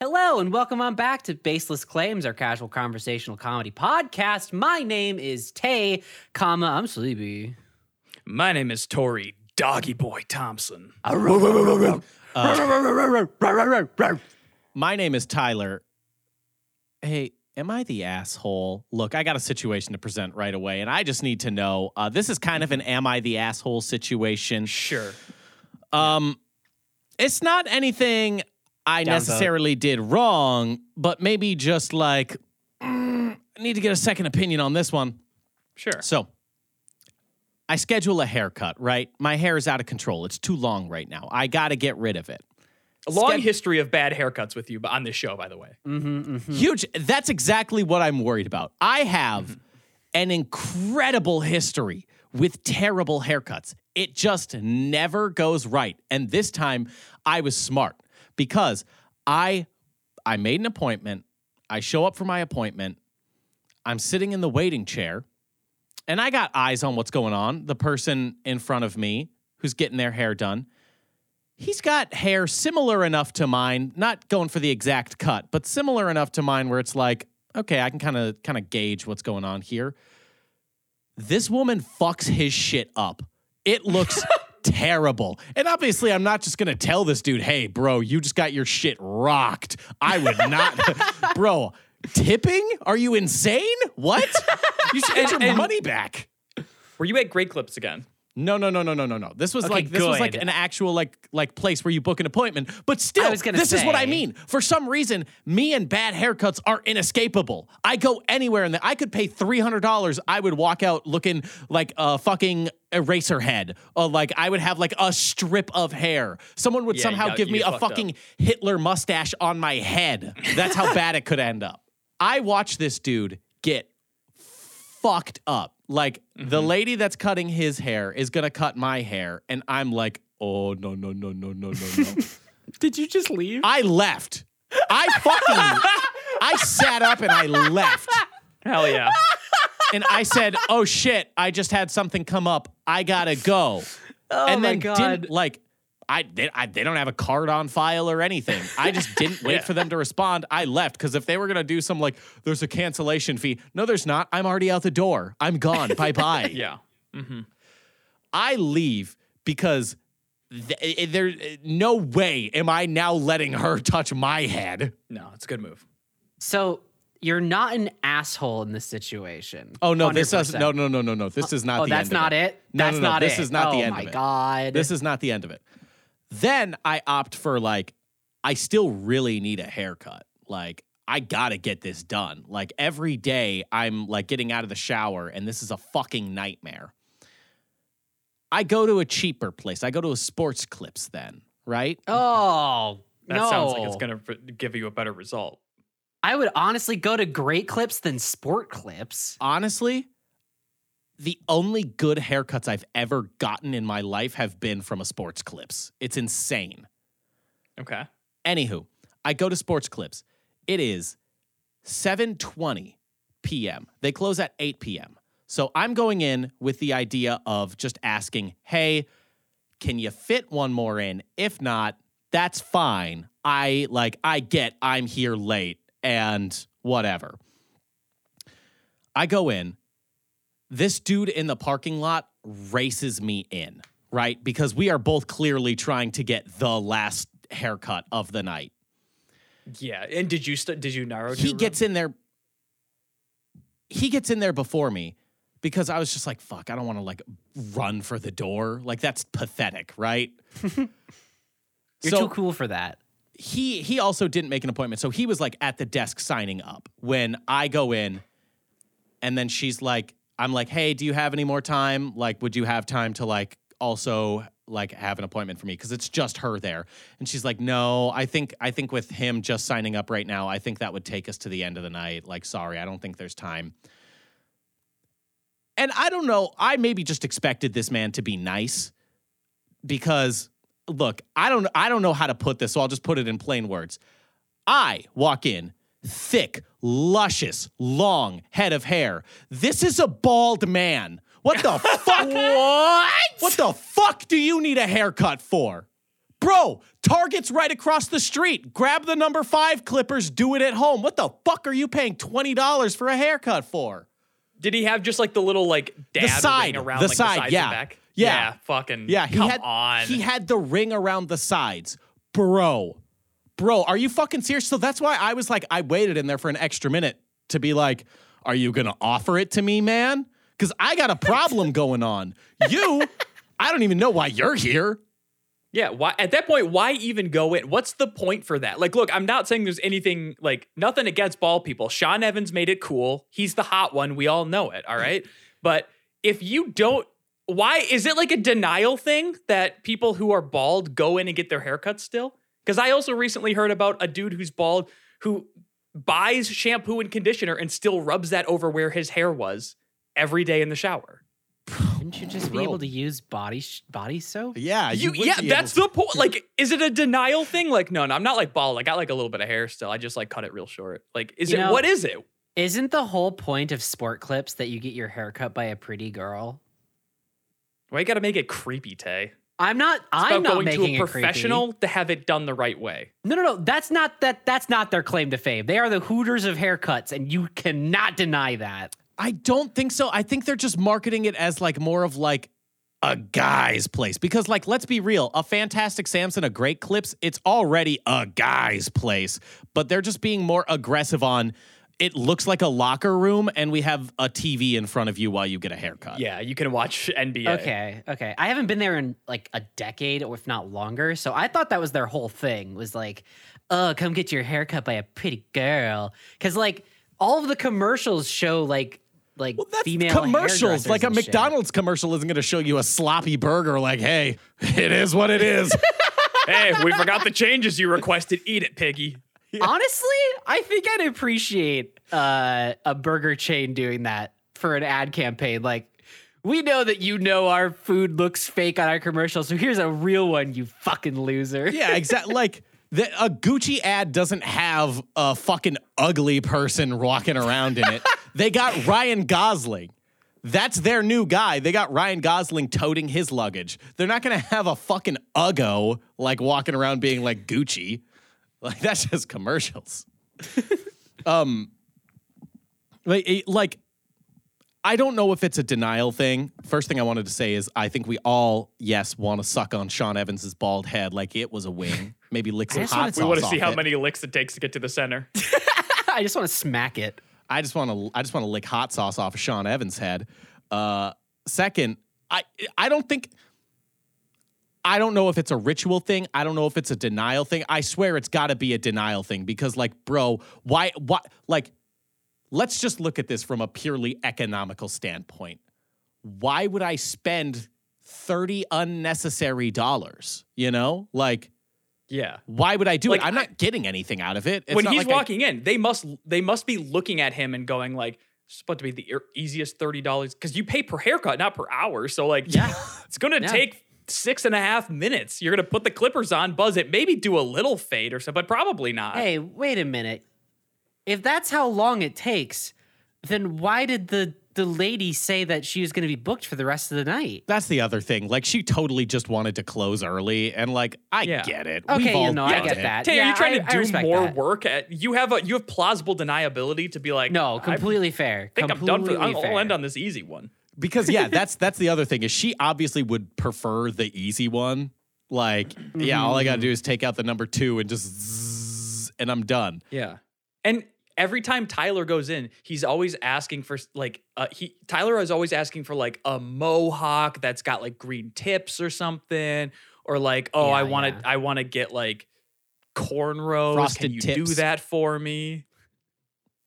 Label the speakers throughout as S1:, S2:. S1: Hello, and welcome on back to Baseless Claims, our casual conversational comedy podcast. My name is Tay, comma, I'm sleepy.
S2: My name is Tori Doggy Boy Thompson.
S1: Mm-hmm,
S3: Uh, My name is Tyler. Hey, am I the asshole? Look, I got a situation to present right away, and I just need to know. Uh, this is kind of an am I the asshole situation.
S2: Sure.
S3: Um, it's not anything I
S1: Downvote.
S3: necessarily did wrong, but maybe just like mm, I need to get a second opinion on this one.
S2: Sure.
S3: So I schedule a haircut, right? My hair is out of control. It's too long right now. I got to get rid of it.
S2: A long
S3: Sched-
S2: history of bad haircuts with you but on this show, by the way.
S1: Mm-hmm, hmm
S3: Huge. That's exactly what I'm worried about. I have an incredible history with terrible haircuts. It just never goes right. And this time I was smart because I I made an appointment. I show up for my appointment. I'm sitting in the waiting chair and I got eyes on what's going on. The person in front of me who's getting their hair done he's got hair similar enough to mine, not going for the exact cut, but similar enough to mine where it's like, okay, I can kind of kind of gauge what's going on here. This woman fucks his shit up. It looks terrible. And obviously I'm not just going to tell this dude, "Hey, bro, you just got your shit rocked." I would not. bro, tipping? Are you insane? What? You should get your
S2: and-
S3: money back.
S2: Were you at Great Clips again?
S3: No, no, no, no, no, no, no. This was
S1: Okay,
S3: like this was like
S1: good.
S3: an actual like like place where you book an appointment. But still,
S1: I was gonna
S3: this is what I
S1: say.
S3: mean. For some reason, me and bad haircuts are inescapable. I go anywhere and I could pay three hundred dollars. I would walk out looking like a fucking eraser head. Or like I would have like a strip of hair. Someone would
S2: Yeah, you
S3: somehow
S2: got-
S3: give
S2: you
S3: me
S2: get
S3: a
S2: fucked up.
S3: fucking Hitler mustache on my head. That's how bad it could end up. I watched this dude get fucked up. Like the
S2: Mm-hmm.
S3: lady that's cutting his hair is gonna cut my hair, and I'm like, oh no no no no no no no.
S4: Did you just leave?
S3: I left. I fucking I sat up and I left.
S2: Hell yeah.
S3: And I said, oh shit, I just had something come up. I gotta go.
S1: Oh
S3: and
S1: my
S3: then
S1: God.
S3: didn't like I they, I they don't have a card on file or anything. I just didn't wait
S2: Yeah.
S3: for them to respond. I left because if they were gonna do some like there's a cancellation fee. No, there's not. I'm already out the door. I'm gone. bye bye.
S2: Yeah. Mm-hmm.
S3: I leave because th- eh, there no way am I now letting her touch my head.
S2: No, it's a good move.
S1: So you're not an asshole in this situation.
S3: Oh no, this does
S1: 100%.
S3: no no no no no. This is not
S1: oh,
S3: the
S1: that's
S3: end
S1: not
S3: of it.
S1: it.
S3: No,
S1: that's
S3: no, no,
S1: not
S3: this
S1: it.
S3: is not the end
S1: Oh
S3: of
S1: my
S3: it.
S1: god.
S3: This is not the end of it. Then I opt for like I still really need a haircut. Like I got to get this done. Like every day I'm like getting out of the shower and this is a fucking nightmare. I go to a cheaper place. I go to a Sports Clips then, right?
S1: Oh
S2: That
S1: no.
S2: sounds like it's going to give you a better result.
S1: I would honestly go to Great Clips than Sport Clips.
S3: honestly, the only good haircuts I've ever gotten in my life have been from a sports clips. It's insane.
S2: Okay.
S3: Anywho, I go to sports clips. It is 7:20 p.m. They close at 8 p.m. So I'm going in with the idea of just asking, "Hey, can you fit one more in? If not, that's fine. I like I get I'm here late and whatever." I go in. This dude in the parking lot races me in, right? Because we are both clearly trying to get the last haircut of the night.
S2: Yeah. And did you st- did you narrow
S3: He
S2: to
S3: gets in there. He gets in there before me because I was just like, fuck, I don't want to like run for the door. Like that's pathetic, right?
S1: You're
S3: So-
S1: too cool for that.
S3: he he also didn't make an appointment. So he was like at the desk signing up when I go in and then she's like I'm like, "Hey, do you have any more time? Like would you have time to like also like have an appointment for me cuz it's just her there." And she's like, "No, I think I think with him just signing up right now, I think that would take us to the end of the night. Like sorry, I don't think there's time." And I don't know, I maybe just expected this man to be nice because look, I don't I don't know how to put this, so I'll just put it in plain words. I walk in, thick, luscious, long head of hair. This is a bald man. What the fuck? What? What the fuck do you need a haircut for? Bro, Target's right across the street. Grab the number five clippers, do it at home. What the fuck are you paying $20 for a haircut for?
S5: Did he have just like the little like dab
S3: side,
S5: ring around
S3: the
S5: like,
S3: side,
S5: the sides
S3: yeah.
S5: and back?
S3: Yeah.
S5: fucking
S3: Yeah, he
S5: come
S3: had
S5: on.
S3: he had the ring around the sides. Bro. Bro, are you fucking serious? So that's why I was like I waited in there for an extra minute to be like, "Are you going to offer it to me, man?" Cuz I got a problem going on. You, I don't even know why you're here.
S5: Yeah, why at that point, why even go in? What's the point for that? Like, look, I'm not saying there's anything like nothing against bald people. Sean Evans made it cool. He's the hot one. We all know it. All right. But if you don't why is it like a denial thing that people who are bald go in and get their haircuts still? Because I also recently heard about a dude who's bald who buys shampoo and conditioner and still rubs that over where his hair was every day in the shower.
S1: Couldn't you just be able to use body sh- body soap?
S3: Yeah,
S5: You,
S3: would
S5: yeah,
S3: be able
S5: that's
S3: to-
S5: the point. Like, is it a denial thing? Like, no, no, I'm not like bald. I got like a little bit of hair still. I just like cut it real short. Like, is
S1: You
S5: it
S1: know-
S5: what is it?
S1: Isn't the whole point of sport clips that you get your hair cut by a pretty girl?
S5: Why you got to make it creepy, Tay? It's
S1: I'm not.
S5: about
S1: I'm not
S5: going
S1: making
S5: to a professional to have it done the right way.
S1: It creepy. No, no, no. That's not that. That's not their claim to fame. They are the Hooters of haircuts, and you cannot deny that.
S3: I don't think so. I think they're just marketing it as like more of like a guy's place because like let's be real, a fantastic Samson, a great clips, it's already a guy's place, but they're just being more aggressive on it looks like a locker room and we have a TV in front of you while you get a haircut.
S5: Yeah, you can watch NBA.
S1: Okay, okay. I haven't been there in like a decade, or if not longer. So I thought that was their whole thing was like, oh, come get your hair cut by a pretty girl, because like all of the commercials show like like
S3: Well, that's
S1: female
S3: commercials.
S1: hairdressers
S3: Like a
S1: and shit.
S3: McDonald's commercial isn't going to show you a sloppy burger like, "Hey, it is what it is."
S5: hey, we forgot the changes you requested. Eat it, piggy.
S1: Honestly, I think I'd appreciate uh, a burger chain doing that for an ad campaign. Like, we know that you know our food looks fake on our commercial, so here's a real one, you fucking loser.
S3: Yeah, exactly. like the, a Gucci ad doesn't have a fucking ugly person walking around in it. they got Ryan Gosling. That's their new guy. They got Ryan Gosling toting his luggage. They're not gonna have a fucking uggo like walking around being like Gucci. Like that's just commercials. um, like, it- like I don't know if it's a denial thing. First thing I wanted to say is I think we all, yes, want to suck on Sean Evans's bald head like it was a wing. Maybe lick some
S1: just
S3: hot
S1: wanted
S3: sauce.
S1: to-
S5: We want to see
S3: off
S5: how
S3: it.
S5: many licks it takes to get to the center.
S1: I just want to smack it.
S3: I just want to. I just want to lick hot sauce off of Sean Evans' head. Uh, second, I I don't think. I don't know if it's a ritual thing. I don't know if it's a denial thing. I swear it's got to be a denial thing because, like, bro, why? Why? Like, let's just look at this from a purely economical standpoint. Why would I spend thirty unnecessary dollars? You know, like,
S5: yeah.
S3: why would I do
S5: Like,
S3: it? I'm
S5: I-
S3: not getting anything out of it. It's
S5: when
S3: not
S5: he's
S3: like I-
S5: walking in, they must they must be looking at him and going like, "This is about to be the e- easiest thirty dollars because you pay per haircut, not per hour." So like,
S1: Yeah.
S5: it's gonna
S1: Yeah.
S5: take six and a half minutes. You're gonna put the clippers on, buzz it, maybe do a little fade or something, but probably not.
S1: Hey, wait a minute. If that's how long it takes, then why did the the lady say that she was going to be booked for the rest of the night?
S3: That's the other thing. Like she totally just wanted to close early, and like I
S5: Yeah.
S3: get it.
S1: Okay,
S3: We've
S1: you
S3: all
S1: know,
S3: done
S1: I get
S3: it.
S1: that.
S5: Tay, are
S1: Yeah,
S5: you trying
S1: I- I
S5: to do
S1: respect
S5: more
S1: that.
S5: work? At, you have a you have plausible deniability to be like,
S1: No,
S5: "I
S1: completely fair.
S5: think I'm done for.
S1: completely
S5: I'll,
S1: fair.
S5: I'll end on this easy one.
S3: Because yeah, that's that's the other thing is she obviously would prefer the easy one. Like yeah, all I gotta do is take out the number two and just zzz, and I'm done.
S5: Yeah. And every time Tyler goes in, he's always asking for like uh, he Tyler is always asking for like a mohawk that's got like green tips or something or like oh
S1: Yeah,
S5: I want to
S1: yeah.
S5: I want to get like cornrows
S3: Frosted
S5: can you do
S3: tips.
S5: that for me?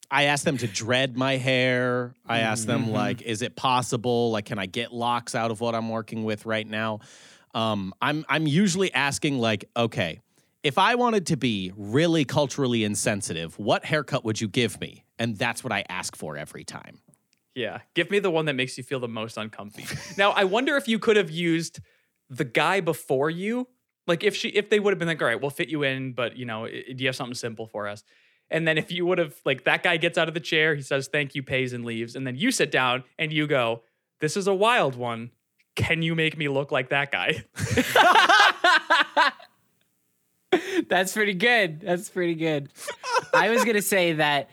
S3: I asked them to dread my hair. I asked them like, is it possible? Like, can I get locks out of what I'm working with right now? Um, I'm I'm usually asking like, okay, if I wanted to be really culturally insensitive, what haircut would you give me? And that's what I ask for every time.
S5: Yeah. Give me the one that makes you feel the most uncomfy. now, I wonder if you could have used the guy before you. Like if she if they would have been like, all right, we'll fit you in, but you know, i- do you have something simple for us? And then if you would have like that guy gets out of the chair, he says thank you, pays and leaves, and then you sit down and you go, This is a wild one. Can you make me look like that guy?
S1: That's pretty good. That's pretty good. I was gonna say that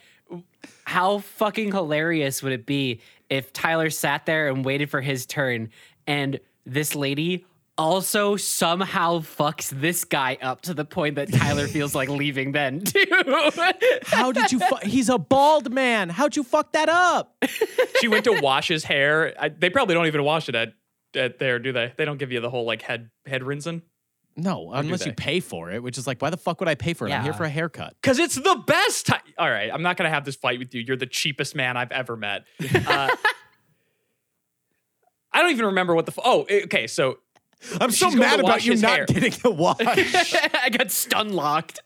S1: how fucking hilarious would it be if Tyler sat there and waited for his turn and this lady also somehow fucks this guy up to the point that Tyler feels like leaving then too.
S3: How did you? Fu- He's a bald man. How'd you fuck that up?
S5: She went to wash his hair. I, they probably don't even wash it at, at there, do they? They don't give you the whole like head head rinsing.
S3: No, unless you
S5: they?
S3: pay for it, which is like, why the fuck would I pay for it? I'm here
S1: Yeah.
S3: for a haircut.
S5: Cause it's the best time. All right, I'm not gonna have this fight with you. You're the cheapest man I've ever met. Uh, I don't even remember what the. F- oh, eh, okay. So
S3: I'm
S5: so She's going mad to about wash you his not hair.
S3: getting the wash.
S1: I got stun locked.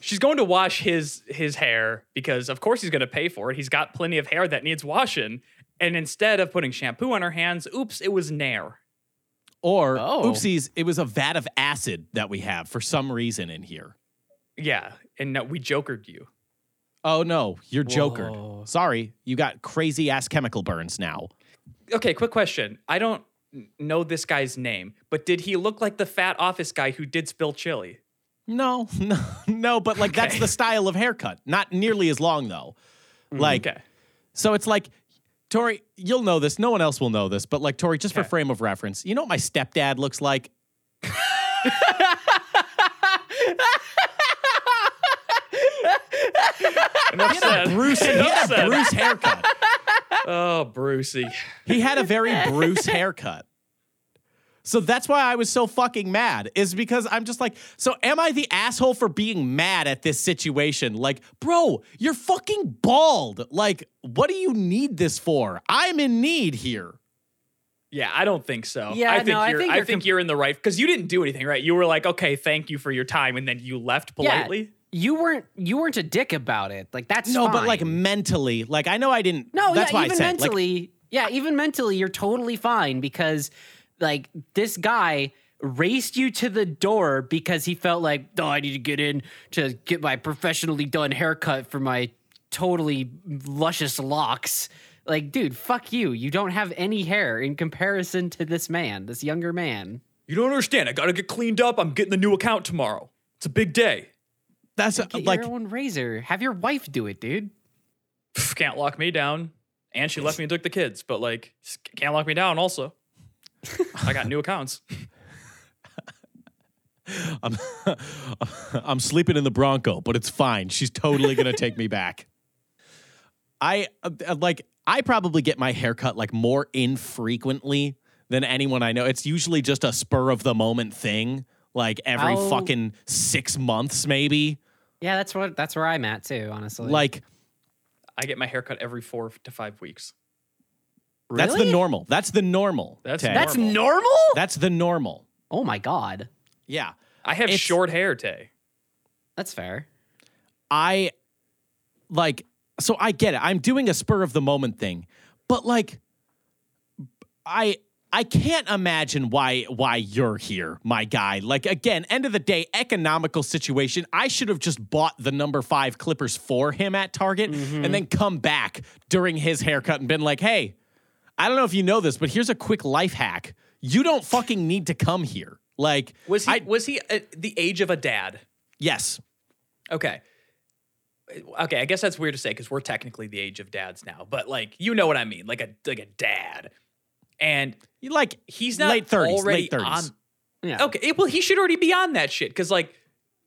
S5: she's going to wash his his hair because of course he's going to pay for it. He's got plenty of hair that needs washing. And instead of putting shampoo on her hands, oops, it was Nair.
S3: or
S1: Oh.
S3: oopsies, it was a vat of acid that we have for some reason in here.
S5: Yeah, and no, we jokered you.
S3: Oh no, you're
S1: Whoa.
S3: jokered. Sorry, you got crazy ass chemical burns now.
S5: Okay, quick question. I don't n- know this guy's name, but did he look like the fat office guy who did spill chili?
S3: No, no, no, but like that's
S5: Okay. Mm,
S3: the style of haircut. Not nearly as long though. Like
S5: Okay.
S3: so it's like Tori, you'll know this. No one else will know this, but like Tori, just for
S5: Okay.
S3: frame of reference, you know what my stepdad looks like?
S5: Enough said.
S3: Bruce, he
S5: Enough
S3: had a
S5: said.
S3: Bruce haircut.
S5: Oh, Brucey.
S3: He had a very Bruce haircut. So that's why I was so fucking mad, is because I'm just like, so am I the asshole for being mad at this situation? Like, bro, you're fucking bald. Like, what do you need this for? I'm in need here.
S5: Yeah, I don't think so.
S1: Yeah,
S5: I think
S1: no, I
S5: you're,
S1: think
S5: I
S1: you're
S5: think
S1: com-
S5: you're in the right because you didn't do anything, right? You were like, okay, thank you for your time, and then you left
S1: Yeah.
S5: politely.
S1: You weren't you weren't a dick about it. Like that's
S3: No, but like
S1: fine.
S3: mentally, like I know I didn't.
S1: No,
S3: that's
S1: yeah,
S3: why
S1: even
S3: I said, like,
S1: mentally, yeah, even mentally, you're totally fine because, like, this guy raced you to the door because he felt like, oh, I need to get in to get my professionally done haircut for my totally luscious locks. Like, dude, fuck you. You don't have any hair in comparison to this man, this younger man.
S5: You don't understand. I gotta get cleaned up. I'm getting the new account tomorrow. It's a big day.
S3: that's uh,
S1: Get
S3: like
S1: your own razor. Have your wife do it, dude.
S5: Pff, can't lock me down. And she left me and took the kids, but like s- can't lock me down. Also, I got new accounts.
S3: I'm, I'm sleeping in the Bronco, but it's fine. She's totally going to take me back. I uh, uh, like I probably get my haircut like more infrequently than anyone I know. It's usually just a spur of the moment thing, like every
S1: I'll-
S3: fucking 6 months maybe.
S1: Yeah, that's what that's where I'm at too, honestly.
S3: Like
S5: I get my haircut every four to five weeks.
S3: that's the
S1: Really?
S3: normal. That's the normal.
S5: That's
S3: Tay.
S1: that's
S5: normal.
S1: normal?
S3: that's the normal.
S1: Oh my god.
S3: Yeah.
S5: I have
S3: It's-
S5: short hair, Tay.
S1: That's fair.
S3: I like so I get it. I'm doing a spur of the moment thing. But like I I can't imagine why why you're here, my guy. Like again, end of the day, economical situation. I should have just bought the number 5 clippers for him at Target and then come back during his haircut and been like, "Hey, I don't know if you know this, but here's a quick life hack. You don't fucking need to come here." Like
S5: Was he
S3: I-
S5: was he at the age of a dad?
S3: yes.
S5: Okay. Okay, I guess that's weird to say because we're technically the age of dads now, but like you know what I mean, like a like a dad, and
S3: You like
S5: he's not
S3: Late 30s,
S5: already
S3: late 30s.
S5: on
S1: Yeah.
S5: Okay, eh, well, he should already be on that shit. Cause like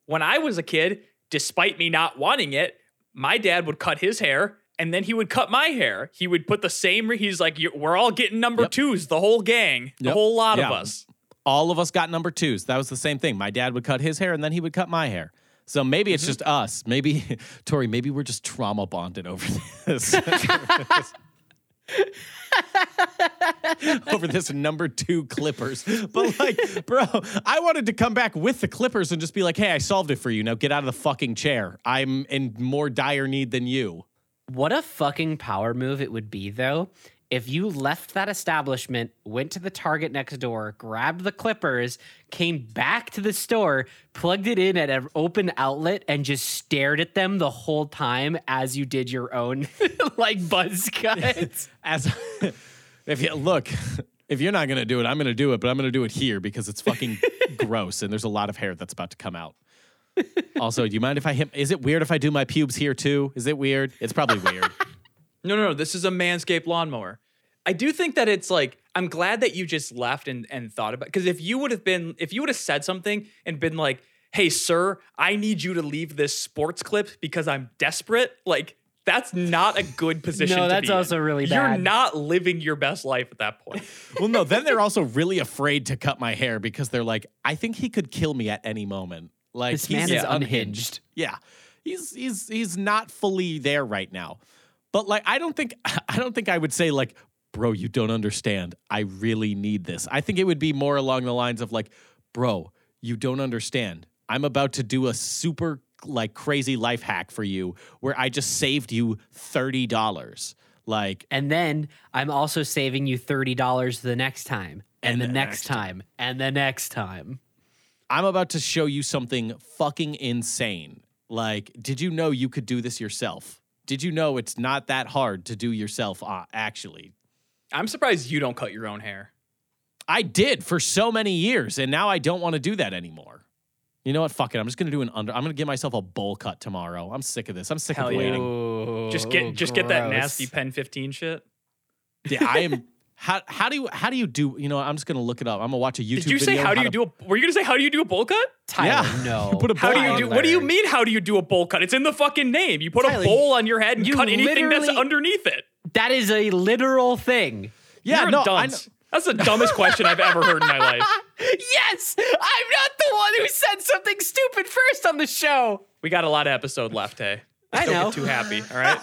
S5: when I was a kid, despite me not wanting it, my dad would cut his hair and then he would cut my hair. He would put the same, re- he's like, "You- we're all getting number
S3: Yep.
S5: twos, the whole gang, the
S3: Yep.
S5: whole lot
S3: Yeah.
S5: of us.
S3: all of us got number twos. That was the same thing. My dad would cut his hair and then he would cut my hair. So maybe it's just us. Maybe, Tori, maybe we're just trauma bonded over this. over this number two Clippers. But like, bro, I wanted to come back with the Clippers and just be like, hey, I solved it for you. Now get out of the fucking chair. I'm in more dire need than you.
S1: What a fucking power move it would be, though, if you left that establishment, went to the Target next door, grabbed the clippers, came back to the store, plugged it in at an open outlet, and just stared at them the whole time as you did your own, like buzz cuts.
S3: As if you look, if you're not gonna do it, I'm gonna do it, but I'm gonna do it here because it's fucking gross and there's a lot of hair that's about to come out. also, do you mind if I hit? Is it weird if I do my pubes here too? Is it weird? It's probably weird.
S5: No, no, no. This is a manscaped lawnmower. I do think that it's like I'm glad that you just left and and thought about because if you would have been if you would have said something and been like, "Hey, sir, I need you to leave this sports clip because I'm desperate," like that's not a good position.
S1: No,
S5: to
S1: that's
S5: be in.
S1: also really
S5: You're
S1: bad.
S5: not living your best life at that point.
S3: well, no. Then they're also really afraid to cut my hair because they're like, I think he could kill me at any moment. Like
S1: This man
S3: he's
S1: is unhinged.
S3: Yeah. He's he's he's not fully there right now. But like I don't think I don't think I would say like bro you don't understand. I really need this. I think it would be more along the lines of like bro, you don't understand. I'm about to do a super like crazy life hack for you where I just saved you $30. Like
S1: And then I'm also saving you $30 the next time, and, the, next time, and the next time.
S3: I'm about to show you something fucking insane. Like, did you know you could do this yourself? Did you know it's not that hard to do yourself, uh, actually?
S5: I'm surprised you don't cut your own hair.
S3: I did for so many years, and now I don't want to do that anymore. You know what? Fuck it. I'm just gonna do an under. I'm gonna give myself a bowl cut tomorrow. I'm sick of this. I'm sick
S5: Hell
S3: of
S5: yeah.
S3: waiting.
S5: Just
S1: Oh,
S5: get just get that nasty pen 15 shit.
S3: Yeah, I am. How, how do you how do you do? You know, what? I'm just gonna look it up. I'm gonna watch a YouTube.
S5: Did you say
S3: video
S5: how do
S3: to-
S5: you do a? Were you gonna say how do you do a bowl cut?
S1: Tyler,
S3: Yeah.
S1: no.
S3: You put a
S5: How do you
S1: Tyler.
S5: do? What do you mean? How do you do a bowl cut? It's in the fucking name. You put
S1: Tyler,
S5: a bowl on your head and
S1: you
S5: cut anything that's
S1: literally-
S5: underneath it.
S1: That is a literal thing.
S3: Yeah,
S5: You're
S3: no,
S5: a
S3: I
S5: dunce. That's the dumbest question I've ever heard in my life.
S1: Yes, I'm not the one who said something stupid first on the show.
S5: We got a lot of episode left, hey.
S1: I
S5: Don't
S1: know.
S5: get too happy, all right?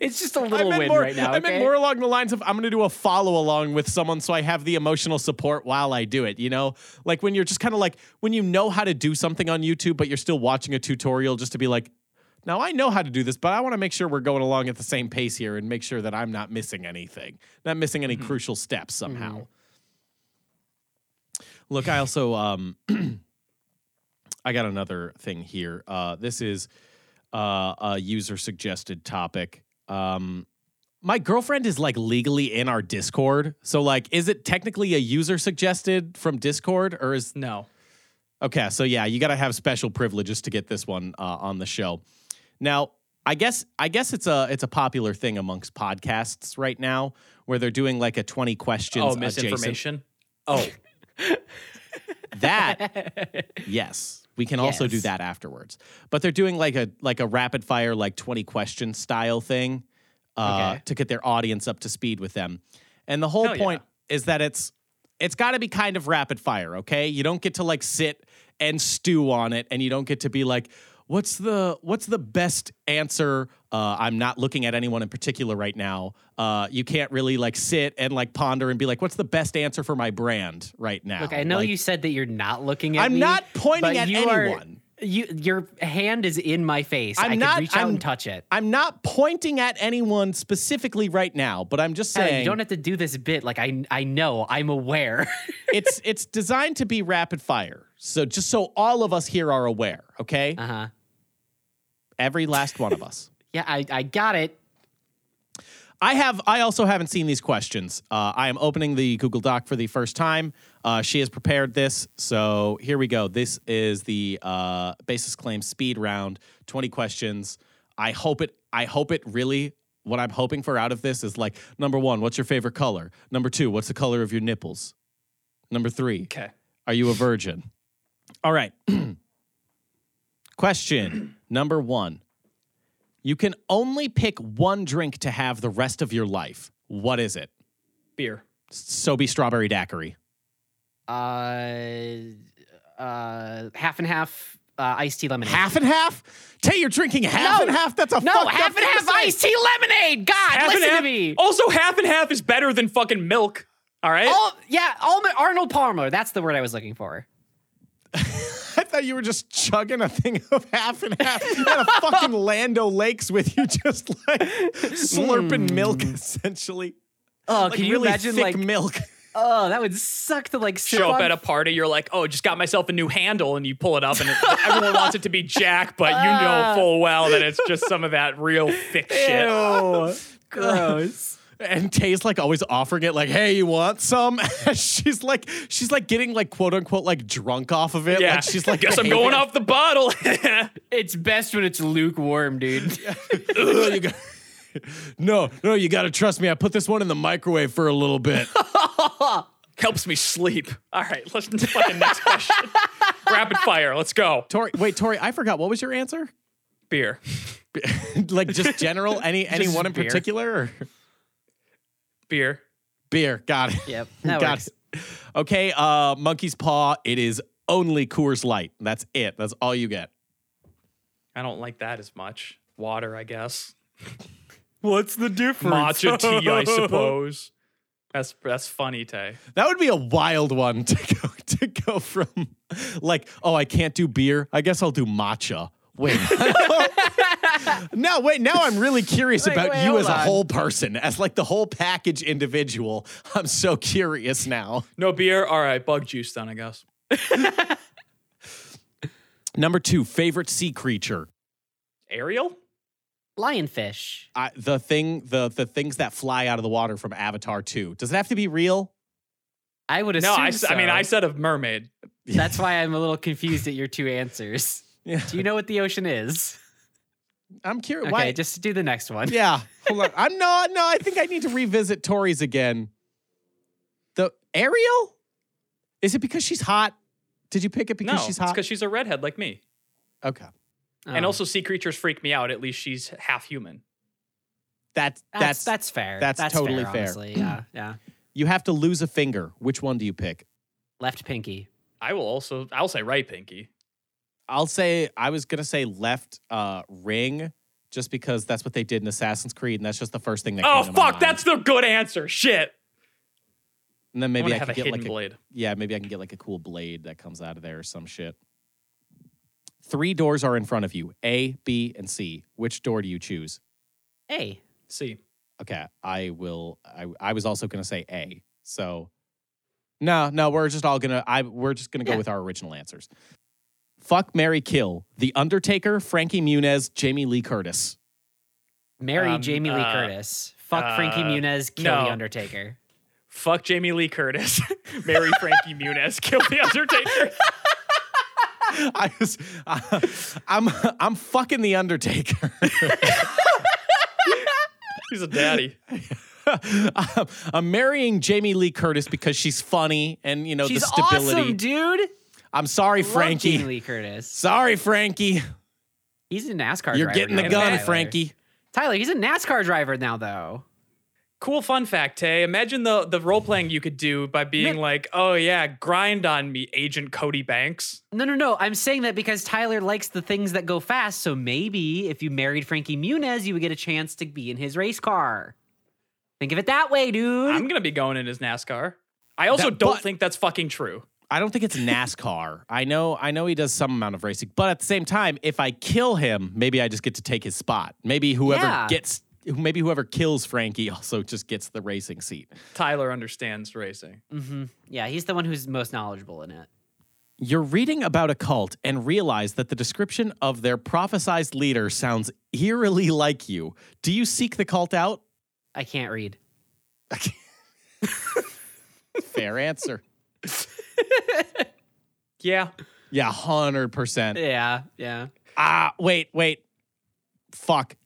S1: It's just a
S3: I
S1: little
S3: meant,
S1: win
S3: more,
S1: right now.
S3: I meant
S1: okay?
S3: more along the lines of I'm going to do a follow along with someone so I have the emotional support while I do it. You know, like when you're just kind of like when you know how to do something on YouTube, but you're still watching a tutorial just to be like, now I know how to do this, but I want to make sure we're going along at the same pace here and make sure that I'm not missing anything, not missing any
S1: Mm-hmm.
S3: crucial steps somehow. Look, I also um, I got another thing here. Uh, this is uh, a user suggested topic. Um, my girlfriend is like legally in our Discord, so like, is it technically a user suggested from Discord, or is
S5: No.
S3: Okay, so yeah, you got to have special privileges to get this one uh, on the show. Now, I guess I guess it's a it's a popular thing amongst podcasts right now where they're doing like a 20 questions
S5: Oh,
S3: adjacent-
S5: misinformation.
S3: That yes, we can also do
S1: Yes.
S3: that afterwards. But they're doing like a like a rapid fire like 20 question style thing uh,
S1: Okay.
S3: to get their audience up to speed with them. And the whole
S5: Hell yeah.
S3: point is that it's it's got to be kind of rapid fire, okay? You don't get to like sit and stew on it, and you don't get to be like, what's the what's the best answer? Uh, I'm not looking at anyone in particular right now. Uh, you can't really like sit and like ponder and be like, what's the best answer for my brand right now?
S1: Look, I know
S3: Like,
S1: you said that you're not looking at
S3: I'm
S1: me,
S3: not pointing
S1: but
S3: at
S1: you are-
S3: anyone.
S1: you, your hand is in my face.
S3: I'm
S1: I
S3: not-
S1: can reach out
S3: I'm-
S1: and touch it.
S3: I'm not pointing at anyone specifically right now, but I'm just
S1: Tyler,
S3: saying
S1: you don't have to do this bit. Like I, I know. I'm aware.
S3: it's it's designed to be rapid fire. So just so all of us here are aware, okay?
S1: uh huh.
S3: Every last one of us.
S1: Yeah, I, I got it.
S3: I have. I also haven't seen these questions. Uh, I am opening the Google Doc for the first time. Uh, she has prepared this, so here we go. This is the uh, basis claim speed round. Twenty questions. I hope it. I hope it really. What I'm hoping for out of this is like number one, what's your favorite color? Number two, what's the color of your nipples? Number three,
S5: Okay.
S3: are you a virgin? All right. Question number one You can only pick one drink to have the rest of your life. What is it?
S5: Beer.
S3: Sobe strawberry daiquiri.
S1: Uh, uh, half and half uh, iced tea lemonade.
S3: Half and half? Tay, you're drinking half
S1: No.
S3: and half? That's a
S1: No,
S3: fucked up
S1: Oh, half and
S3: thing to
S1: half
S3: say.
S1: iced tea lemonade. God,
S5: Half
S1: listen
S5: and half. e-
S1: to me.
S5: Also, half and half is better than fucking milk. All right.
S1: Al- yeah, Alma- Arnold Palmer. That's the word I was looking for.
S3: I thought you were just chugging a thing of half and half. You had a fucking Lando Lakes with you, just like slurping milk, essentially.
S1: Oh,
S3: Like
S1: can you
S3: really
S1: imagine?
S3: thick
S1: Like,
S3: milk?
S1: oh, that would suck to like sip
S5: Show up
S1: on-
S5: at a party, you're like, oh, just got myself a new handle, and you pull it up, and it, everyone wants it to be Jack, but you
S1: Ah.
S3: Oh.
S5: know full well that it's just some of that real thick shit.
S1: Ew, gross.
S3: and Tay's like always offering it, like, "Hey, you want some?" she's like, she's like getting like quote unquote like drunk off of it.
S5: Yeah,
S3: Like she's like,
S5: guess I'm
S3: "Hey,
S5: going off the bottle.
S1: It's best when it's lukewarm, dude.
S3: ugh, you got- no, no, you got to trust me. I put this one in the microwave for a little bit.
S5: Helps me sleep. All right, let's fucking next question. Rapid fire. Let's go.
S3: Tori, wait, Tori, I forgot. What was your answer?
S5: Beer.
S3: like just general, any any
S1: Just
S3: one in
S1: beer.
S3: particular? Or?
S5: Beer.
S3: Beer, got it.
S1: Yep, that
S3: got
S1: works.
S3: it. Okay, uh, Monkey's Paw. It is only Coors Light. That's it. That's all you get.
S5: I don't like that as much. Water, I guess.
S1: What's the difference?
S5: Matcha tea, I suppose. That's that's funny, Tay.
S3: That would be a wild one to go to go from like, oh, I can't do beer. I guess I'll do matcha. Wait. now wait, now I'm really curious
S1: Like,
S3: about
S1: wait,
S3: you
S1: hold
S3: as a
S1: on.
S3: whole person, as like the whole package individual. I'm so curious now.
S5: No beer. All right, bug juice then, I guess.
S3: Number 2, favorite sea creature.
S5: Ariel.
S1: Lionfish.
S3: I, the thing the the things that fly out of the water from Avatar 2. Does it have to be real?
S1: I would
S5: No,
S1: assume.
S5: I, s- I
S3: uh,
S5: mean
S1: so.
S5: I said a mermaid.
S1: That's why I'm a little confused at your two answers.
S3: Yeah.
S1: Do you know what the ocean is?
S3: I'm curious.
S1: Okay,
S3: Why?
S1: just do the next one.
S3: yeah. Hold on. I'm no no, I think I need to revisit Tori's again. The Ariel? Is it because she's hot? Did you pick it because
S5: no,
S3: she's hot?
S5: because she's a redhead like me.
S3: okay.
S5: And
S1: Oh.
S5: also, sea creatures freak me out. At least she's half human.
S3: That's
S1: that's
S3: that's,
S1: that's fair.
S3: that's totally fair.
S1: honestly. Yeah, yeah.
S3: you have to lose a finger. Which one do you pick?
S1: Left pinky.
S5: I will also. I'll say right, Pinky.
S3: I'll say I was gonna say left uh ring just because that's what they did in Assassin's Creed, and that's just the first thing that
S5: Oh
S3: came to my
S5: fuck,
S3: mind.
S5: that's the good answer. Shit.
S3: and then
S5: I
S3: maybe
S5: wanna
S3: I,
S5: have
S3: can
S5: a
S3: get
S5: hidden
S3: like a,
S5: blade.
S3: yeah, maybe I can get like a cool blade that comes out of there or some shit. Three doors are in front of you: A, B, and C. Which door do you choose?
S1: Hey.
S5: See,
S3: Okay, I will. I I was also gonna say A. So, no, no, we're just all gonna. I we're just gonna go
S1: Yeah.
S3: with our original answers. Fuck Mary Kill, The Undertaker, Frankie Muniz, Jamie Lee Curtis.
S1: Marry
S5: Um,
S1: Jamie Lee
S5: uh,
S1: Curtis. Fuck Frankie
S5: uh,
S1: Muniz. Kill
S5: no.
S1: the Undertaker.
S5: fuck Jamie Lee Curtis, marry Frankie Muniz, kill the Undertaker.
S3: I was, I'm I'm fucking The Undertaker.
S5: He's a daddy.
S3: I'm marrying Jamie Lee Curtis because she's funny and you know
S1: She's
S3: the stability.
S1: awesome, dude.
S3: I'm sorry,
S1: Love
S3: Frankie.
S1: Jamie Lee Curtis.
S3: Sorry, Frankie.
S1: He's a NASCAR.
S3: You're
S1: driver
S3: getting
S1: now,
S3: the gun,
S1: Tyler.
S3: Frankie.
S1: Tyler, he's a NASCAR driver now, though.
S5: Cool fun fact, Tay. Imagine the the role playing you could do by being
S1: Ma-
S5: like, "Oh yeah, grind on me, Agent Cody Banks."
S1: No, no, no. I'm saying that because Tyler likes the things that go fast. So maybe if you married Frankie Muniz, you would get a chance to be in his race car. Think of it that way, dude.
S5: I'm gonna be going in his NASCAR. I also
S3: That-
S5: don't
S3: but-
S5: think that's fucking true.
S3: I don't think it's NASCAR. I know I know he does some amount of racing, but at the same time, if I kill him, maybe I just get to take his spot. Maybe whoever
S1: Yeah.
S3: gets maybe whoever kills Frankie also just gets the racing seat.
S5: Tyler understands racing.
S1: hmm Yeah, he's the one who's most knowledgeable in it.
S3: You're reading about a cult and realize that the description of their prophesized leader sounds eerily like you. Do you seek the cult out?
S1: I can't read.
S3: Fair answer.
S5: Yeah,
S3: Yeah, 100%.
S1: Yeah, yeah.
S3: Ah, wait, wait. Fuck.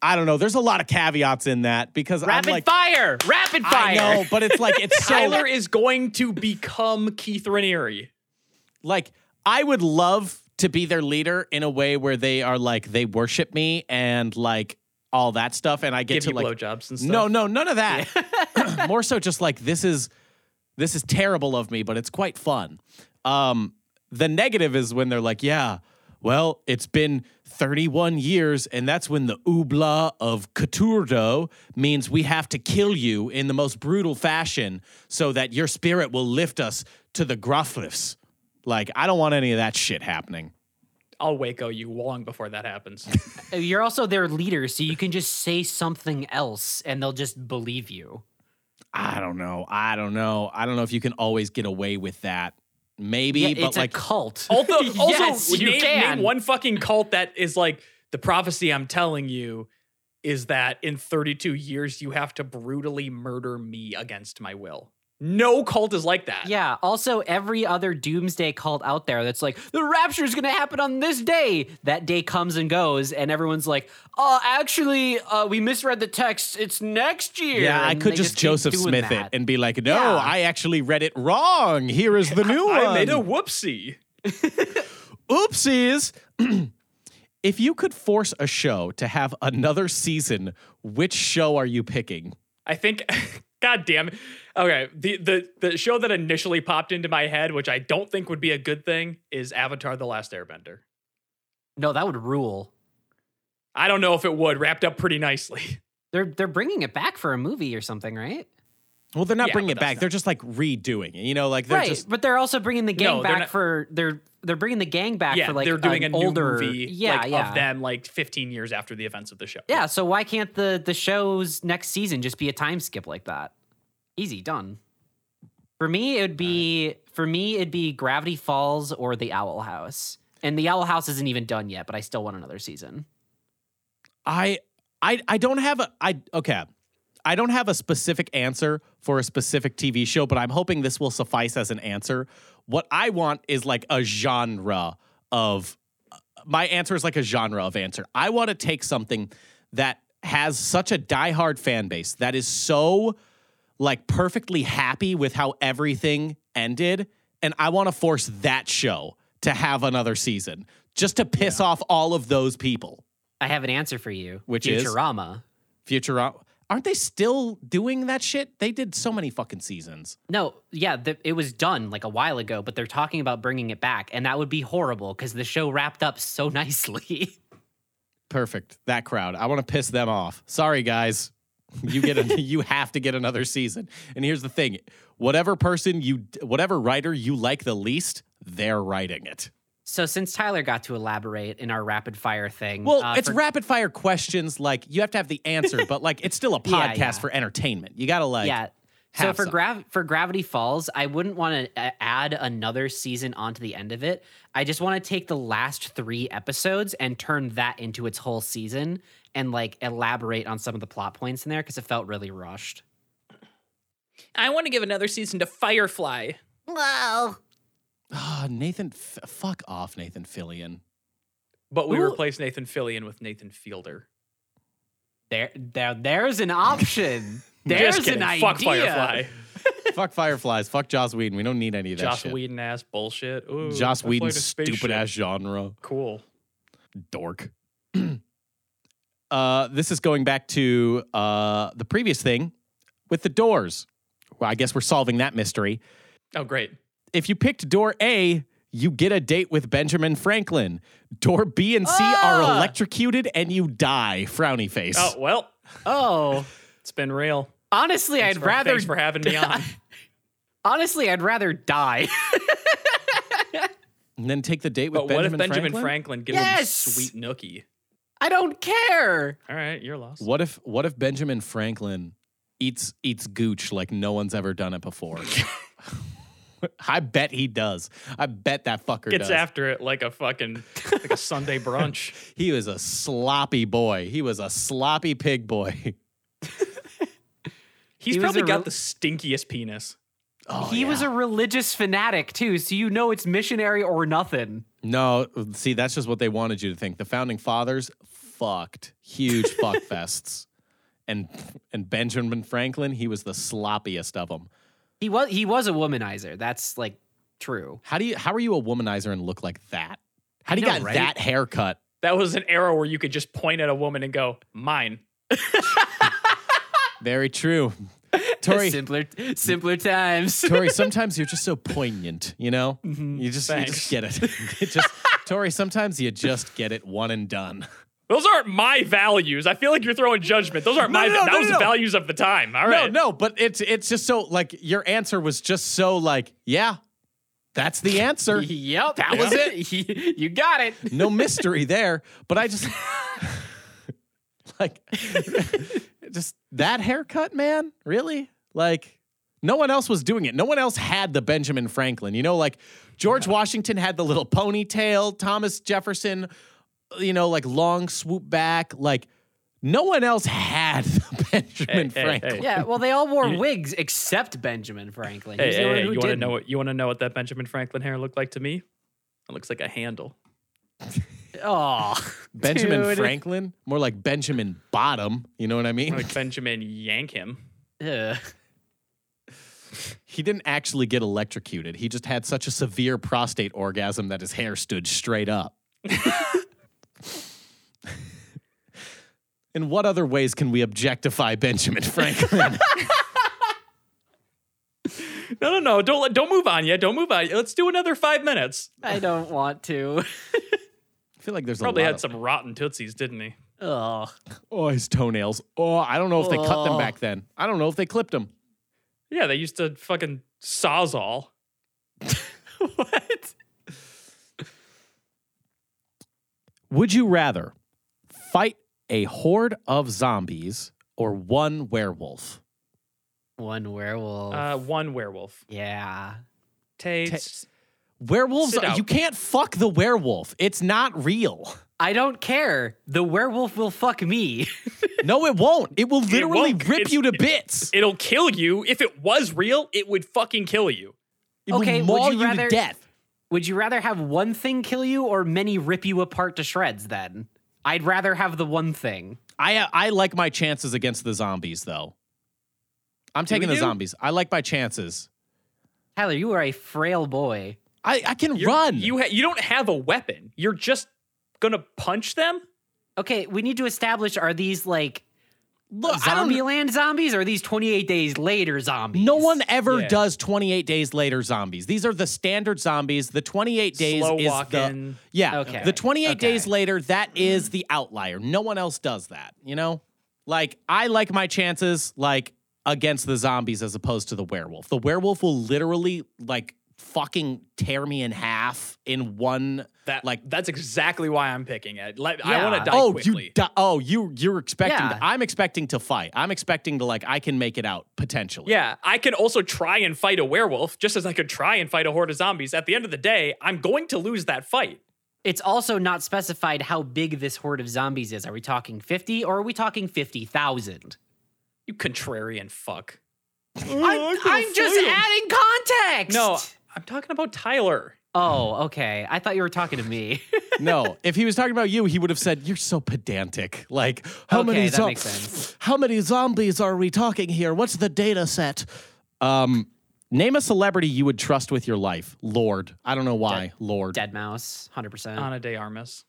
S3: I don't know. There's a lot of caveats in that because
S1: Rapid
S3: I'm like
S1: fire! Rapid fire!
S3: I know, but it's like it's so
S5: Tyler is going to become Keith Raniere.
S3: like I would love to be their leader in a way where they are like they worship me and like all that stuff, and I get
S5: Give
S3: to
S5: you
S3: like
S5: blowjobs and stuff.
S3: no, no, none of that. More so, just like this is this is terrible of me, but it's quite fun. Um, the negative is when they're like, yeah. Well, it's been 31 years, and that's when the ubla of Caturdo means we have to kill you in the most brutal fashion so that your spirit will lift us to the Groflifs. Like, I don't want any of that shit happening.
S5: I'll Waco you long before that happens.
S1: You're also their leader, so you can just say something else and they'll just believe you.
S3: I don't know. I don't know. I don't know if you can always get away with that. Maybe,
S1: Yeah,
S3: but
S1: it's
S3: like oh,
S1: a cult.
S5: Also, also
S1: Yes, you
S5: name,
S1: can.
S5: name one fucking cult that is like the prophecy I'm telling you is that in 32 years you have to brutally murder me against my will. No cult is like that.
S1: Yeah. Also, every other doomsday cult out there that's like, the rapture is going to happen on this day. That day comes and goes, and everyone's like, oh, actually, uh, we misread the text. It's next year.
S3: Yeah, I
S1: And
S3: could
S1: they
S3: just,
S1: keep
S3: Joseph
S1: doing
S3: Smith
S1: that.
S3: it and be like, no,
S1: Yeah.
S3: I actually read it wrong. Here is the new one.
S5: I made a whoopsie.
S3: Oopsies. if you could force a show to have another season, which show are you picking?
S5: I think God damn it. Okay. The the the show that initially popped into my head, which I don't think would be a good thing, is Avatar The Last Airbender.
S1: No, that would rule.
S5: I don't know if it would, wrapped up pretty nicely.
S1: They're they're bringing it back for a movie or something, right?
S3: Well, they're not
S5: Yeah,
S3: bringing
S5: but
S3: it back.
S5: that's
S3: They're just like redoing it. You know, like they're
S1: right,
S3: just
S1: but they're also bringing the gang
S5: No, they're
S1: back
S5: not-
S1: for they're they're bringing the gang back
S5: yeah,
S1: for like
S5: they're doing
S1: an
S5: a new
S1: older
S5: movie
S1: yeah
S5: like,
S1: yeah
S5: of them like 15 years after the events of the show.
S1: yeah. So why can't the the show's next season just be a time skip like that? Easy done. For me, it would be for me it'd be Gravity Falls or The Owl House, and The Owl House isn't even done yet, but I still want another season.
S3: I I I don't have a I okay. I don't have a specific answer for a specific TV show, but I'm hoping this will suffice as an answer. What I want is like a genre of my answer is like a genre of answer. I want to take something that has such a diehard fan base that is so like perfectly happy with how everything ended and I want to force that show to have another season just to piss off all of those people.
S1: I have an answer for you,
S3: Which is?
S1: Futurama.
S3: Futurama. Aren't they still doing that shit? They did so many fucking seasons.
S1: No, yeah, the, it was done like a while ago, but they're talking about bringing it back, and that would be horrible because the show wrapped up so nicely.
S3: Perfect. That crowd. I want to piss them off. Sorry guys. You get a, you have to get another season. And here's the thing. Whatever person you whatever writer you like the least, they're writing it.
S1: so since Tyler got to elaborate in our rapid fire thing,
S3: Well,
S1: uh,
S3: it's
S1: for-
S3: rapid fire questions like you have to have the answer, but like it's still a
S1: Yeah,
S3: podcast
S1: yeah.
S3: for entertainment. You got to like
S1: yeah. So
S3: have
S1: for
S3: some.
S1: grav for Gravity Falls, I wouldn't want to uh, add another season onto the end of it. I just want to take the last three episodes and turn that into its whole season and like elaborate on some of the plot points in there because it felt really rushed.
S5: I want to give another season to Firefly.
S3: Ah, Nathan F- fuck off Nathan Fillion.
S5: But we
S1: Ooh.
S5: replaced Nathan Fillion with Nathan Fielder.
S1: There, there, there's an option. There's
S5: Just kidding.
S1: an idea.
S5: Fuck Firefly.
S3: fuck Fireflies, fuck Joss Whedon. We don't need any of that
S5: Joss
S3: shit.
S5: Whedon ass bullshit. Ooh,
S3: Joss
S5: I flew in a
S3: Whedon's stupid
S5: spaceship.
S3: ass genre.
S5: Cool.
S3: Dork. uh, this is going back to uh, the previous thing with the doors. Well, I guess we're solving that mystery.
S5: Oh, great.
S3: If you picked door A, you get a date with Benjamin Franklin. Door B and C are electrocuted and you die. Frowny face.
S5: Ah! Oh, well,
S1: Oh,
S5: it's been real.
S1: honestly,
S5: Thanks
S1: I'd
S5: for-
S1: rather.
S5: Thanks for having me on.
S1: honestly, I'd rather die.
S3: And then take the date with
S5: But what if
S3: Benjamin,
S5: Benjamin
S3: Franklin?
S5: Franklin, gives
S1: Yes!
S5: him sweet nookie?
S1: I don't care.
S5: All right, you're lost.
S3: What if what if Benjamin Franklin eats eats gooch like no one's ever done it before? I bet he does. I bet that fucker
S5: Gets
S3: does.
S5: after it like a fucking like a Sunday brunch.
S3: he was a sloppy boy. He was a sloppy pig boy.
S5: He's
S1: He was
S5: probably
S1: a
S5: got
S1: real-
S5: the stinkiest penis.
S3: Oh,
S1: he was
S3: yeah.
S1: a religious fanatic too, so you know it's missionary or nothing.
S3: no. See, that's just what they wanted you to think. The founding fathers fucked huge fuck fests, and and Benjamin Franklin, he was the sloppiest of them.
S1: He was he was a womanizer. That's like true.
S3: How do you? How are you a womanizer and look like that? How
S1: I
S3: do you
S1: know,
S3: got
S1: right?
S3: that haircut?
S5: That was an era where you could just point at a woman and go, "Mine."
S3: Very true. Tori,
S1: simpler simpler times.
S3: Tori, sometimes you're just so poignant, you know? You, just, you just
S5: Thanks.
S3: get it. it just, Tori, sometimes you just get it one and done.
S5: Those aren't my values. I feel like you're throwing judgment. Those aren't
S3: No,
S5: my.
S3: no, no,
S5: that
S3: no,
S5: was
S3: no.
S5: the values of the time. All right.
S3: No, no, but it's it's just so like your answer was just so like, yeah, that's the answer.
S1: yep, that
S3: was
S1: it. you got it.
S3: no mystery there. But I just like just that haircut, man. Really? Like no one else was doing it. No one else had the Benjamin Franklin. You know, like George Washington had the little ponytail. Thomas Jefferson, you know, like long swoop back. Like No one else had the Benjamin
S5: hey, hey.
S3: Franklin.
S1: Yeah, well, they all wore wigs except Benjamin Franklin.
S5: Hey,
S1: He's the
S5: hey,
S1: only
S5: hey,
S1: one who
S5: you want to
S1: didn't.
S5: know what you want to know what that Benjamin Franklin hair looked like to me? It looks like a handle.
S1: Aw.
S3: Benjamin
S1: Dude.
S3: Franklin, more like Benjamin Bottom. You know what I mean?
S5: Like Benjamin yank him.
S1: Ugh.
S3: he didn't actually get electrocuted. He just had such a severe prostate orgasm that his hair stood straight up. In what other ways can we objectify Benjamin Franklin?
S5: No, no, no. Don't let- don't move on yet. Don't move on. Let's do another five minutes.
S1: I don't want to.
S3: I feel like there's
S5: Probably
S3: a lot
S5: had
S3: of-
S5: some rotten tootsies, didn't he?
S1: Oh,
S3: Oh, his toenails. Oh, I don't know if they cut them
S1: Oh.
S3: back then. I don't know if they clipped them.
S5: Yeah, they used to fucking sawzall.
S1: what?
S3: Would you rather fight a horde of zombies or one werewolf?
S1: One werewolf.
S5: Uh, one werewolf.
S1: yeah.
S5: Tates.
S3: Werewolves,
S5: Sit down.
S3: you can't fuck the werewolf. It's not real.
S1: I don't care. The werewolf will fuck me.
S3: No, it won't. It will literally
S5: won't.
S3: rip
S5: It's-
S3: you to bits. It,
S5: It'll kill you. If it was real, it would fucking kill you.
S1: Okay,
S3: will
S1: would
S3: maul
S1: you
S3: you, to
S1: rather-
S3: death.
S1: Would you rather have one thing kill you or many rip you apart to shreds then? I'd rather have the one thing.
S3: I I like my chances against the zombies though. I'm taking the
S5: you?
S3: zombies. I like my chances.
S1: Tyler, you are a frail boy.
S3: I, I can
S5: You're-
S3: run.
S5: You ha- you don't have a weapon. You're just gonna punch them.
S1: Okay, we need to establish are these like
S3: Look, I don't-
S1: Zombieland zombies or are these 28 days later zombies?
S3: No one ever
S5: Yeah.
S3: does 28 days later zombies. These are the standard zombies. The 28 days
S5: Slow
S3: is the
S5: walking.
S3: Yeah.
S1: Okay.
S3: The 28
S1: Okay.
S3: days later that is the outlier. No one else does that, you know? Like I like my chances like against the zombies as opposed to the werewolf. The werewolf will literally like fucking tear me in half in one
S5: That
S3: Like-
S5: like that's exactly why I'm picking it. Let, I
S1: Yeah.
S5: want to die
S3: Oh,
S5: quickly.
S3: you di- oh, you you're expecting
S1: Yeah.
S3: to- I'm expecting to fight. I'm expecting to like I can make it out potentially.
S5: yeah, I can also try and fight a werewolf, just as I could try and fight a horde of zombies. At the end of the day, I'm going to lose that fight.
S1: It's also not specified how big this horde of zombies is. Are we talking 50 or are we talking 50,000?
S5: You contrarian fuck.
S1: I'm, I'm just adding context.
S5: No, I'm talking about Tyler.
S1: Oh, okay. I thought you were talking to me.
S3: no, if he was talking about you, he would have said, "You're so pedantic." Like, how
S1: Okay,
S3: many
S1: that
S3: zo-
S1: makes sense.
S3: How many zombies are we talking here? What's the data set? Um, name a celebrity you would trust with your life. Lord, I don't know why. Lord,
S1: Dead mouse, 100%.
S3: Um,
S5: Ana de Armas,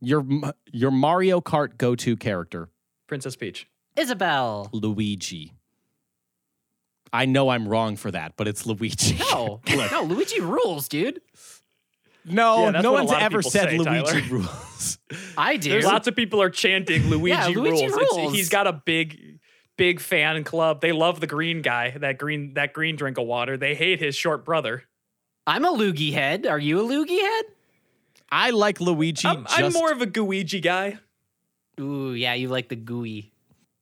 S3: your your Mario Kart go-to character,
S5: Princess Peach.
S1: Isabel.
S3: Luigi. I know I'm wrong for that, but it's Luigi.
S1: No,
S3: Look.
S1: no, Luigi rules, dude.
S3: No,
S5: Yeah, that's
S3: no
S5: what a
S3: one's
S5: lot of
S3: ever
S5: people
S3: said
S5: say,
S3: Luigi
S5: Tyler.
S3: rules.
S1: I do.
S5: There's lots of people are chanting Luigi,
S1: Yeah, Luigi
S5: rules. It's-
S1: rules.
S5: he's got a big, big fan club. They love the green guy, that green that green drink of water. They hate his short brother.
S1: I'm a loogie head. Are you a loogie head?
S3: I like Luigi.
S5: I'm,
S3: just,
S5: I'm more of a Guigi guy.
S1: Ooh, yeah, you like the gooey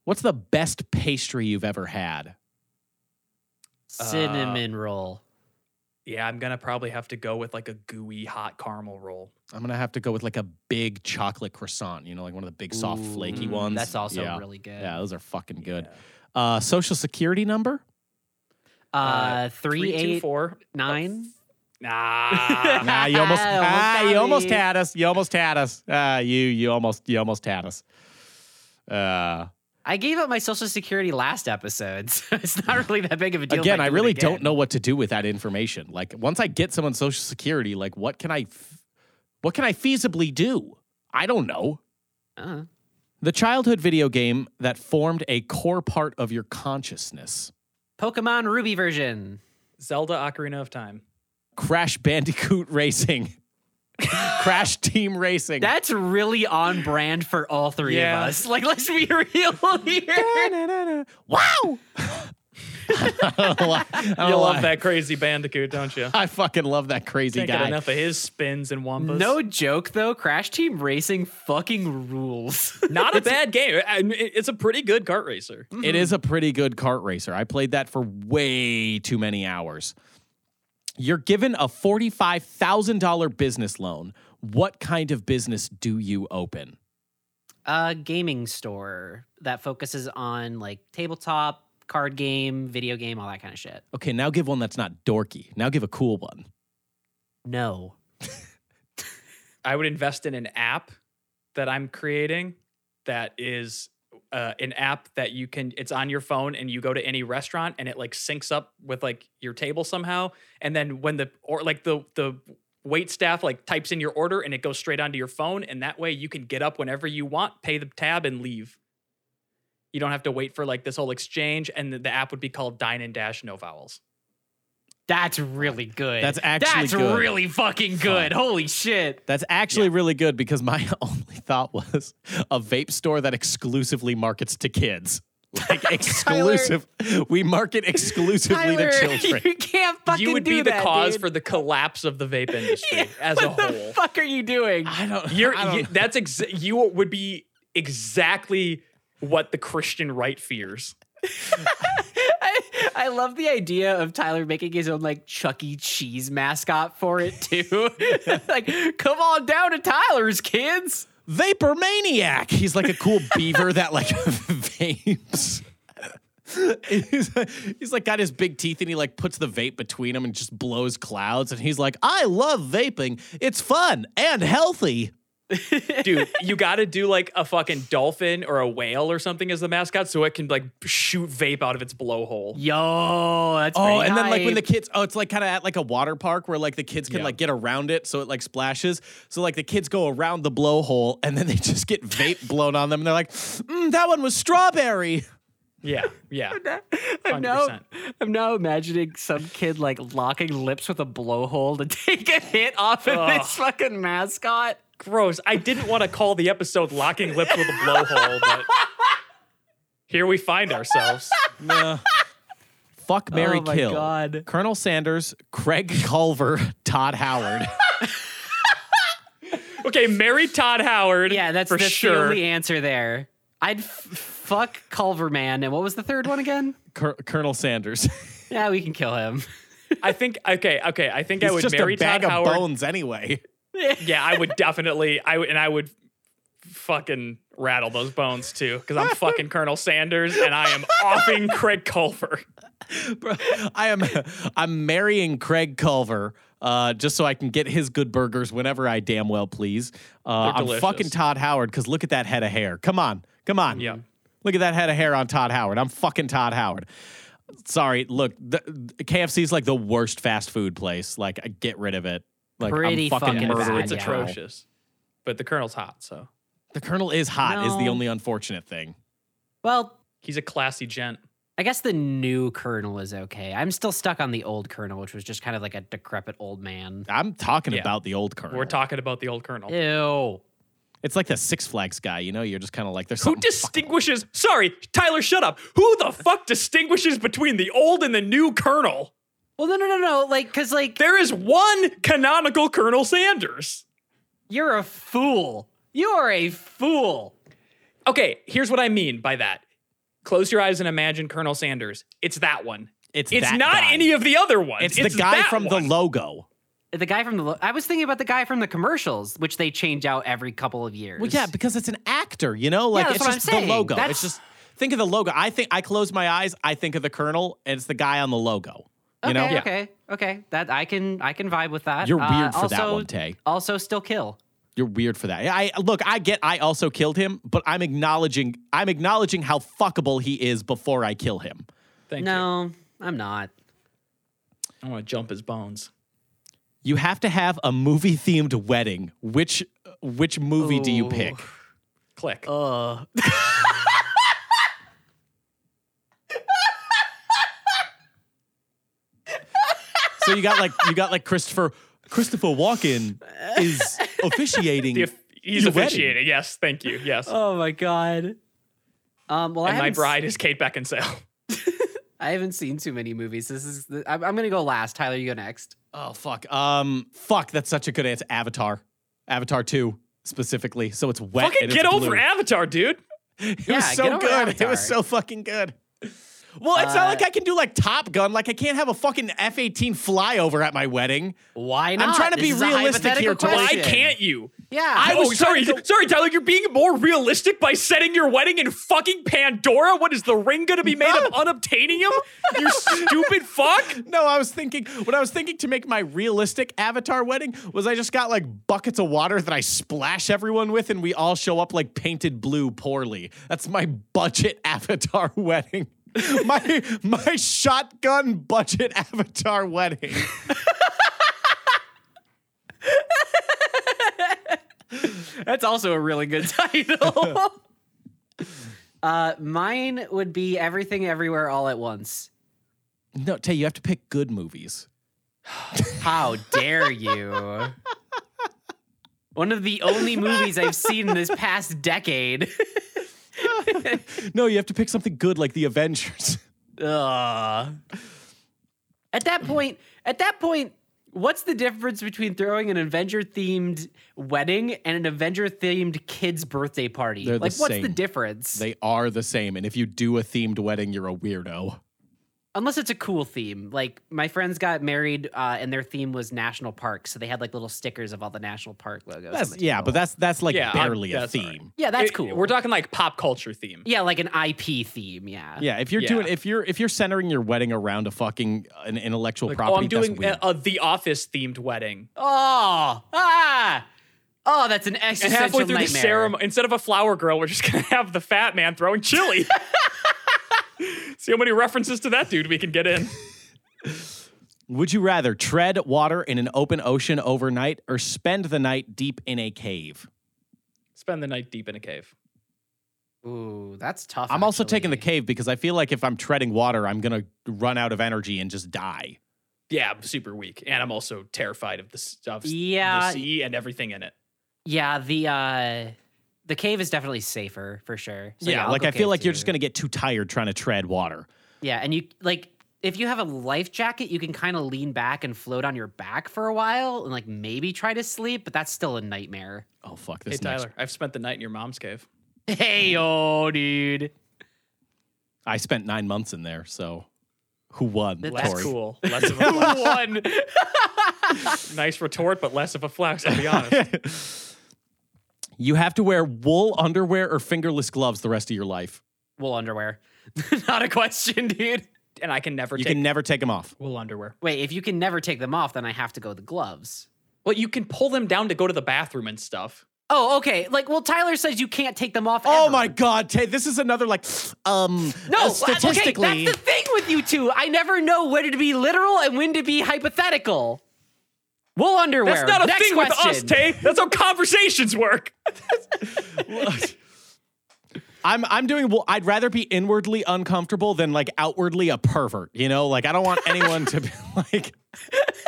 S3: What's the best pastry you've ever had?
S1: cinnamon
S3: Uh,
S1: roll.
S5: Yeah, I'm gonna probably have to go with like a gooey hot caramel roll.
S3: I'm gonna have to go with like a big chocolate croissant. You know, like one of the big soft
S1: Ooh,
S3: flaky
S5: mm,
S3: ones.
S1: That's also
S3: yeah.
S1: really good.
S3: Yeah, those are fucking good. Uh, social security number?
S1: Uh, three,
S5: Three, two,
S1: eight,
S5: four.
S1: nine.
S5: Nah.
S3: Nah, you almost,
S1: Almost
S3: ah,
S1: got
S3: you almost
S1: me.
S3: had us. You almost had us. Uh, you you almost you almost had us. Uh,
S1: I gave up my social security last episode, so it's not really that big of a deal. if
S3: again, I
S1: do it
S3: really
S1: again.
S3: don't know what to do with that information. Like once I get someone's social security, like what can I, f- what can I feasibly do? I don't know.
S1: Uh,
S3: The childhood video game that formed a core part of your consciousness.
S1: Pokemon Ruby version.
S5: Zelda Ocarina of Time.
S3: Crash Bandicoot Racing, Crash Team Racing.
S1: That's really on brand for all three
S5: Yeah.
S1: of us. Like, let's be real here.
S3: wow! I don't know why- I don't
S5: You
S3: know
S5: love
S3: why.
S5: that crazy bandicoot, don't you?
S3: I fucking love that crazy
S5: Can't get
S3: guy.
S5: enough of his spins and wampas.
S1: No joke though, Crash Team Racing fucking rules.
S5: not a bad game. I mean, it- It's a pretty good kart racer.
S3: It is a pretty good kart racer. I played that for way too many hours. You're given a $45,000 business loan. What kind of business do you open?
S1: uh, gaming store that focuses on like tabletop, card game, video game, all that kind of shit.
S3: Okay, now give one that's not dorky. Now give a cool one.
S1: No.
S5: I would invest in an app that I'm creating that is uh, an app that you can it's on your phone and you go to any restaurant and it like syncs up with like your table somehow and then when the or like the the wait staff like types in your order and it goes straight onto your phone and that way you can get up whenever you want pay the tab and leave you don't have to wait for like this whole exchange and the, the app would be called dine and dash no vowels
S1: That's really good.
S3: That's actually
S1: That's
S3: good.
S1: really fucking good. Holy shit.
S3: That's actually really good because my only thought was a vape store that exclusively markets to kids. Like exclusive. we market exclusively
S1: Tyler,
S3: to children.
S1: you can't fucking
S5: you would
S1: do
S5: be the
S1: that,
S5: cause
S1: dude.
S5: for the collapse of the vape industry as a
S1: What
S5: whole
S1: the fuck are you doing?
S3: I don't
S5: You're
S3: I don't
S5: you,
S3: know.
S5: that's ex- you would be exactly what the Christian right fears.
S1: I, I love the idea of Tyler making his own like Chuck E. Cheese mascot for it too. like, come on down to Tyler's kids.
S3: Vapor Maniac. He's like a cool beaver that like vapes. he's, he's like got his big teeth and he like puts the vape between him and just blows clouds. And he's like, I love vaping. It's fun and healthy.
S5: Dude, you got to do like a fucking dolphin or a whale or something as the mascot so it can like shoot vape out of its blowhole.
S1: Yo, that's
S3: Oh,
S1: pretty
S3: and then like when the
S1: hype.
S3: kids, oh, it's like kind of at like a water park where like the kids can like get around it, so it like splashes. So like the kids go around the blowhole, and then they just get vape blown on them, and they're like, mm, "That one was strawberry."
S5: Yeah. Yeah.
S1: I'm now,
S5: 100%.
S1: I'm now imagining some kid like locking lips with a blowhole to take a hit off of
S5: Ugh.
S1: this fucking mascot.
S5: Gross. I didn't want to call the episode locking lips with a blowhole, but here we find ourselves.
S3: Nah. Fuck Mary
S1: oh my
S3: Kill.
S1: god.
S3: Colonel Sanders, Craig Culver, Todd Howard.
S5: Okay, marry Todd Howard.
S1: Yeah, that's,
S5: for
S1: that's the
S5: sure.
S1: only answer there. I'd f- fuck Culverman, and what was the third one again?
S3: Cur- Colonel Sanders.
S1: Yeah, we can kill him.
S5: I think okay, okay. I think I
S3: He's
S5: would
S3: just
S5: marry
S3: a bag
S5: Todd
S3: of
S5: Howard.
S3: bones anyway.
S5: yeah, I would definitely. I would, and I would fucking rattle those bones too, because I'm fucking Colonel Sanders and I am offing Craig Culver.
S3: Bro, I am I'm marrying Craig Culver uh, just so I can get his good burgers whenever I damn well please. Uh,
S5: They're
S3: I'm
S5: delicious.
S3: fucking Todd Howard because look at that head of hair. Come on, come on.
S5: Yeah.
S3: Look at that head of hair on Todd Howard. I'm fucking Todd Howard. Sorry, look, the, KFC's like the worst fast food place. Like, I get rid of it. Like,
S1: Pretty
S3: I'm fucking,
S1: fucking
S3: murdering
S1: bad,
S5: It's
S1: yeah.
S3: people.
S5: atrocious, but the Colonel's hot, so
S3: The colonel is hot is the
S1: No.
S3: only unfortunate thing.
S1: Well,
S5: he's a classy gent.
S1: I guess the new colonel is okay. I'm still stuck on the old colonel, which was just kind of like a decrepit old man.
S3: I'm talking
S5: Yeah.
S3: about the old colonel.
S5: We're talking about the old Colonel.
S1: Ew.
S3: it's like the Six Flags guy, you know? You're just kind of like, there's
S5: Who
S3: something
S5: distinguishes? Sorry, Tyler, shut up. Who the fuck distinguishes between the old and the new Colonel?
S1: Well, no, no, no, no. Like, cause like
S5: There is one canonical Colonel Sanders.
S1: you're a fool. You are a fool.
S5: Okay, here's what I mean by that. Close your eyes and imagine Colonel Sanders. It's that one.
S3: It's,
S5: It's
S3: that
S5: not
S3: guy.
S5: any of the other ones.
S3: It's, the guy
S5: that
S3: from
S5: one.
S3: the logo.
S1: The guy from the lo- I was thinking about the guy from the commercials, which they change out every couple of years.
S3: Well, yeah, because it's an actor, you know? Like,
S1: that's
S3: it's
S1: what I'm
S3: just
S1: saying.
S3: the logo. It's
S1: That's-
S3: just, think of the logo. I think, I close my eyes, I think of the colonel, and it's the guy on the logo. You
S1: okay,
S3: know?
S1: okay, okay. That I can I can vibe with that.
S3: You're
S1: Uh,
S3: weird for that
S1: also-
S3: one, Tay.
S1: Also, still kill.
S3: You're weird for that. I look, I get I also killed him, but I'm acknowledging I'm acknowledging how fuckable he is before I kill him.
S5: Thank you.
S1: no, I'm not.
S5: I want to jump his bones.
S3: You have to have a movie themed wedding. Which which movie do you
S1: Ooh.
S3: pick?
S5: Click.
S1: Ugh.
S3: So you got like you got like Christopher Christopher Walken is officiating.
S5: The of- he's
S3: your
S5: officiating. Yes, thank you. Yes.
S1: Oh my god. Um, well, I
S5: and my
S1: haven't s-
S5: bride is Kate Beckinsale.
S1: I haven't seen too many movies. This is the, I'm, I'm gonna go last. Tyler, you go next.
S3: Oh fuck. Um fuck, that's such a good answer. Avatar. Avatar 2 specifically. So it's wet.
S5: Fucking
S3: and
S5: get
S3: it's
S5: over
S3: blue.
S5: Avatar, dude.
S3: It
S1: Yeah,
S3: was so
S1: get over
S3: good. It
S1: Avatar.
S3: was so fucking good. Well, it's not
S1: Uh,
S3: like I can do like Top Gun. Like I can't have a fucking F eighteen flyover at my wedding.
S1: Why not?
S3: trying to
S1: This
S3: be
S1: is a
S3: realistic here,
S1: hypothetical
S3: Dwight.
S5: Why
S1: question.
S5: can't you?
S1: Yeah.
S5: I
S1: Oh,
S5: was sorry, sorry, Tyler. You're being more realistic by setting your wedding in fucking Pandora. What is the ring gonna be made of? Unobtainium? You stupid fuck!
S3: No, I was thinking what I was thinking to make my realistic avatar wedding was I just got like buckets of water that I splash everyone with and we all show up like painted blue poorly. That's my budget avatar wedding. my my shotgun budget avatar wedding.
S1: That's also a really good title. uh, mine would be Everything Everywhere All at Once.
S3: No, Tay, you have to pick good movies.
S1: How dare you? One of the only movies I've seen this past decade.
S3: No, you have to pick something good like The Avengers.
S1: Ugh. At that point, at that point, what's the difference between throwing an Avenger themed wedding and an Avenger themed kids birthday party?
S3: They're the
S1: like what's the
S3: same.
S1: difference?
S3: they are the same and if you do a themed wedding, you're a weirdo.
S1: Unless it's a cool theme. Like my friends got married uh, and their theme was national parks, so they had like little stickers of all the national park logos.
S3: That's
S1: on the
S3: yeah,
S1: table.
S3: but that's that's like
S5: Yeah, I-
S3: barely a
S5: that's all
S3: theme.
S5: right.
S1: yeah, that's
S5: It-
S1: cool.
S5: We're talking like pop culture theme.
S1: yeah, like an IP theme, yeah.
S3: Yeah, if you're
S5: Yeah.
S3: doing if you're if you're centering your wedding around a fucking an intellectual
S5: Like, oh,
S3: property,
S5: I'm
S3: that's
S5: doing
S3: weird.
S5: a, a The Office themed wedding.
S1: Oh, ah, oh, that's an
S5: And
S1: existential
S5: halfway through
S1: nightmare.
S5: the ceremony, instead of a flower girl, we're just gonna have the fat man throwing chili. See how many references to that dude we can get in.
S3: Would you rather tread water in an open ocean overnight or spend the night deep in a cave?
S5: Spend the night deep in a cave.
S1: Ooh, that's tough.
S3: I'm also taking the
S1: actually.
S3: cave because I feel like if I'm treading water, I'm gonna run out of energy and just die.
S5: Yeah, I'm super weak, and I'm also terrified of the s- of s-
S1: Yeah.
S5: the sea and everything in it.
S1: Yeah, the uh the cave is definitely safer for sure. So, I'll
S3: like
S1: go
S3: I feel
S1: cave
S3: like you're just
S1: too.
S3: gonna get too tired trying to tread water.
S1: Yeah, and you like if you have a life jacket, you can kind of lean back and float on your back for a while and like maybe try to sleep, but that's still a nightmare.
S3: Oh fuck
S5: Hey
S3: this next.
S5: Tyler, I've spent the night in your mom's cave.
S1: Hey, oh, dude.
S3: I spent nine months in there, so who won?
S1: That's
S5: That's
S3: Tori?
S5: cool. Less of a flex.
S1: One.
S5: nice retort, but less of a flex. I'll be honest.
S3: You have to wear wool underwear or fingerless gloves the rest of your life.
S1: Wool underwear. Not a question, dude.
S5: and I can never
S3: You
S5: take
S3: can never take them off.
S5: wool underwear.
S1: Wait, if you can never take them off, then I have to go with the gloves.
S5: Well, you can pull them down to go to the bathroom and stuff.
S1: Oh, okay. Like, well, Tyler says you can't take them off.
S3: Oh
S1: ever.
S3: my god, Tay, this is another like um
S1: No,
S3: uh,
S1: uh,
S3: statistically
S1: Okay, that's the thing with you two. I never know whether to be literal and when to be hypothetical. Wool underwear.
S5: That's not a
S1: Next
S5: thing
S1: question.
S5: with us, Tay. That's how conversations work.
S3: I'm I'm doing well I'd rather be inwardly uncomfortable than like outwardly a pervert, you know? Like I don't want anyone to be like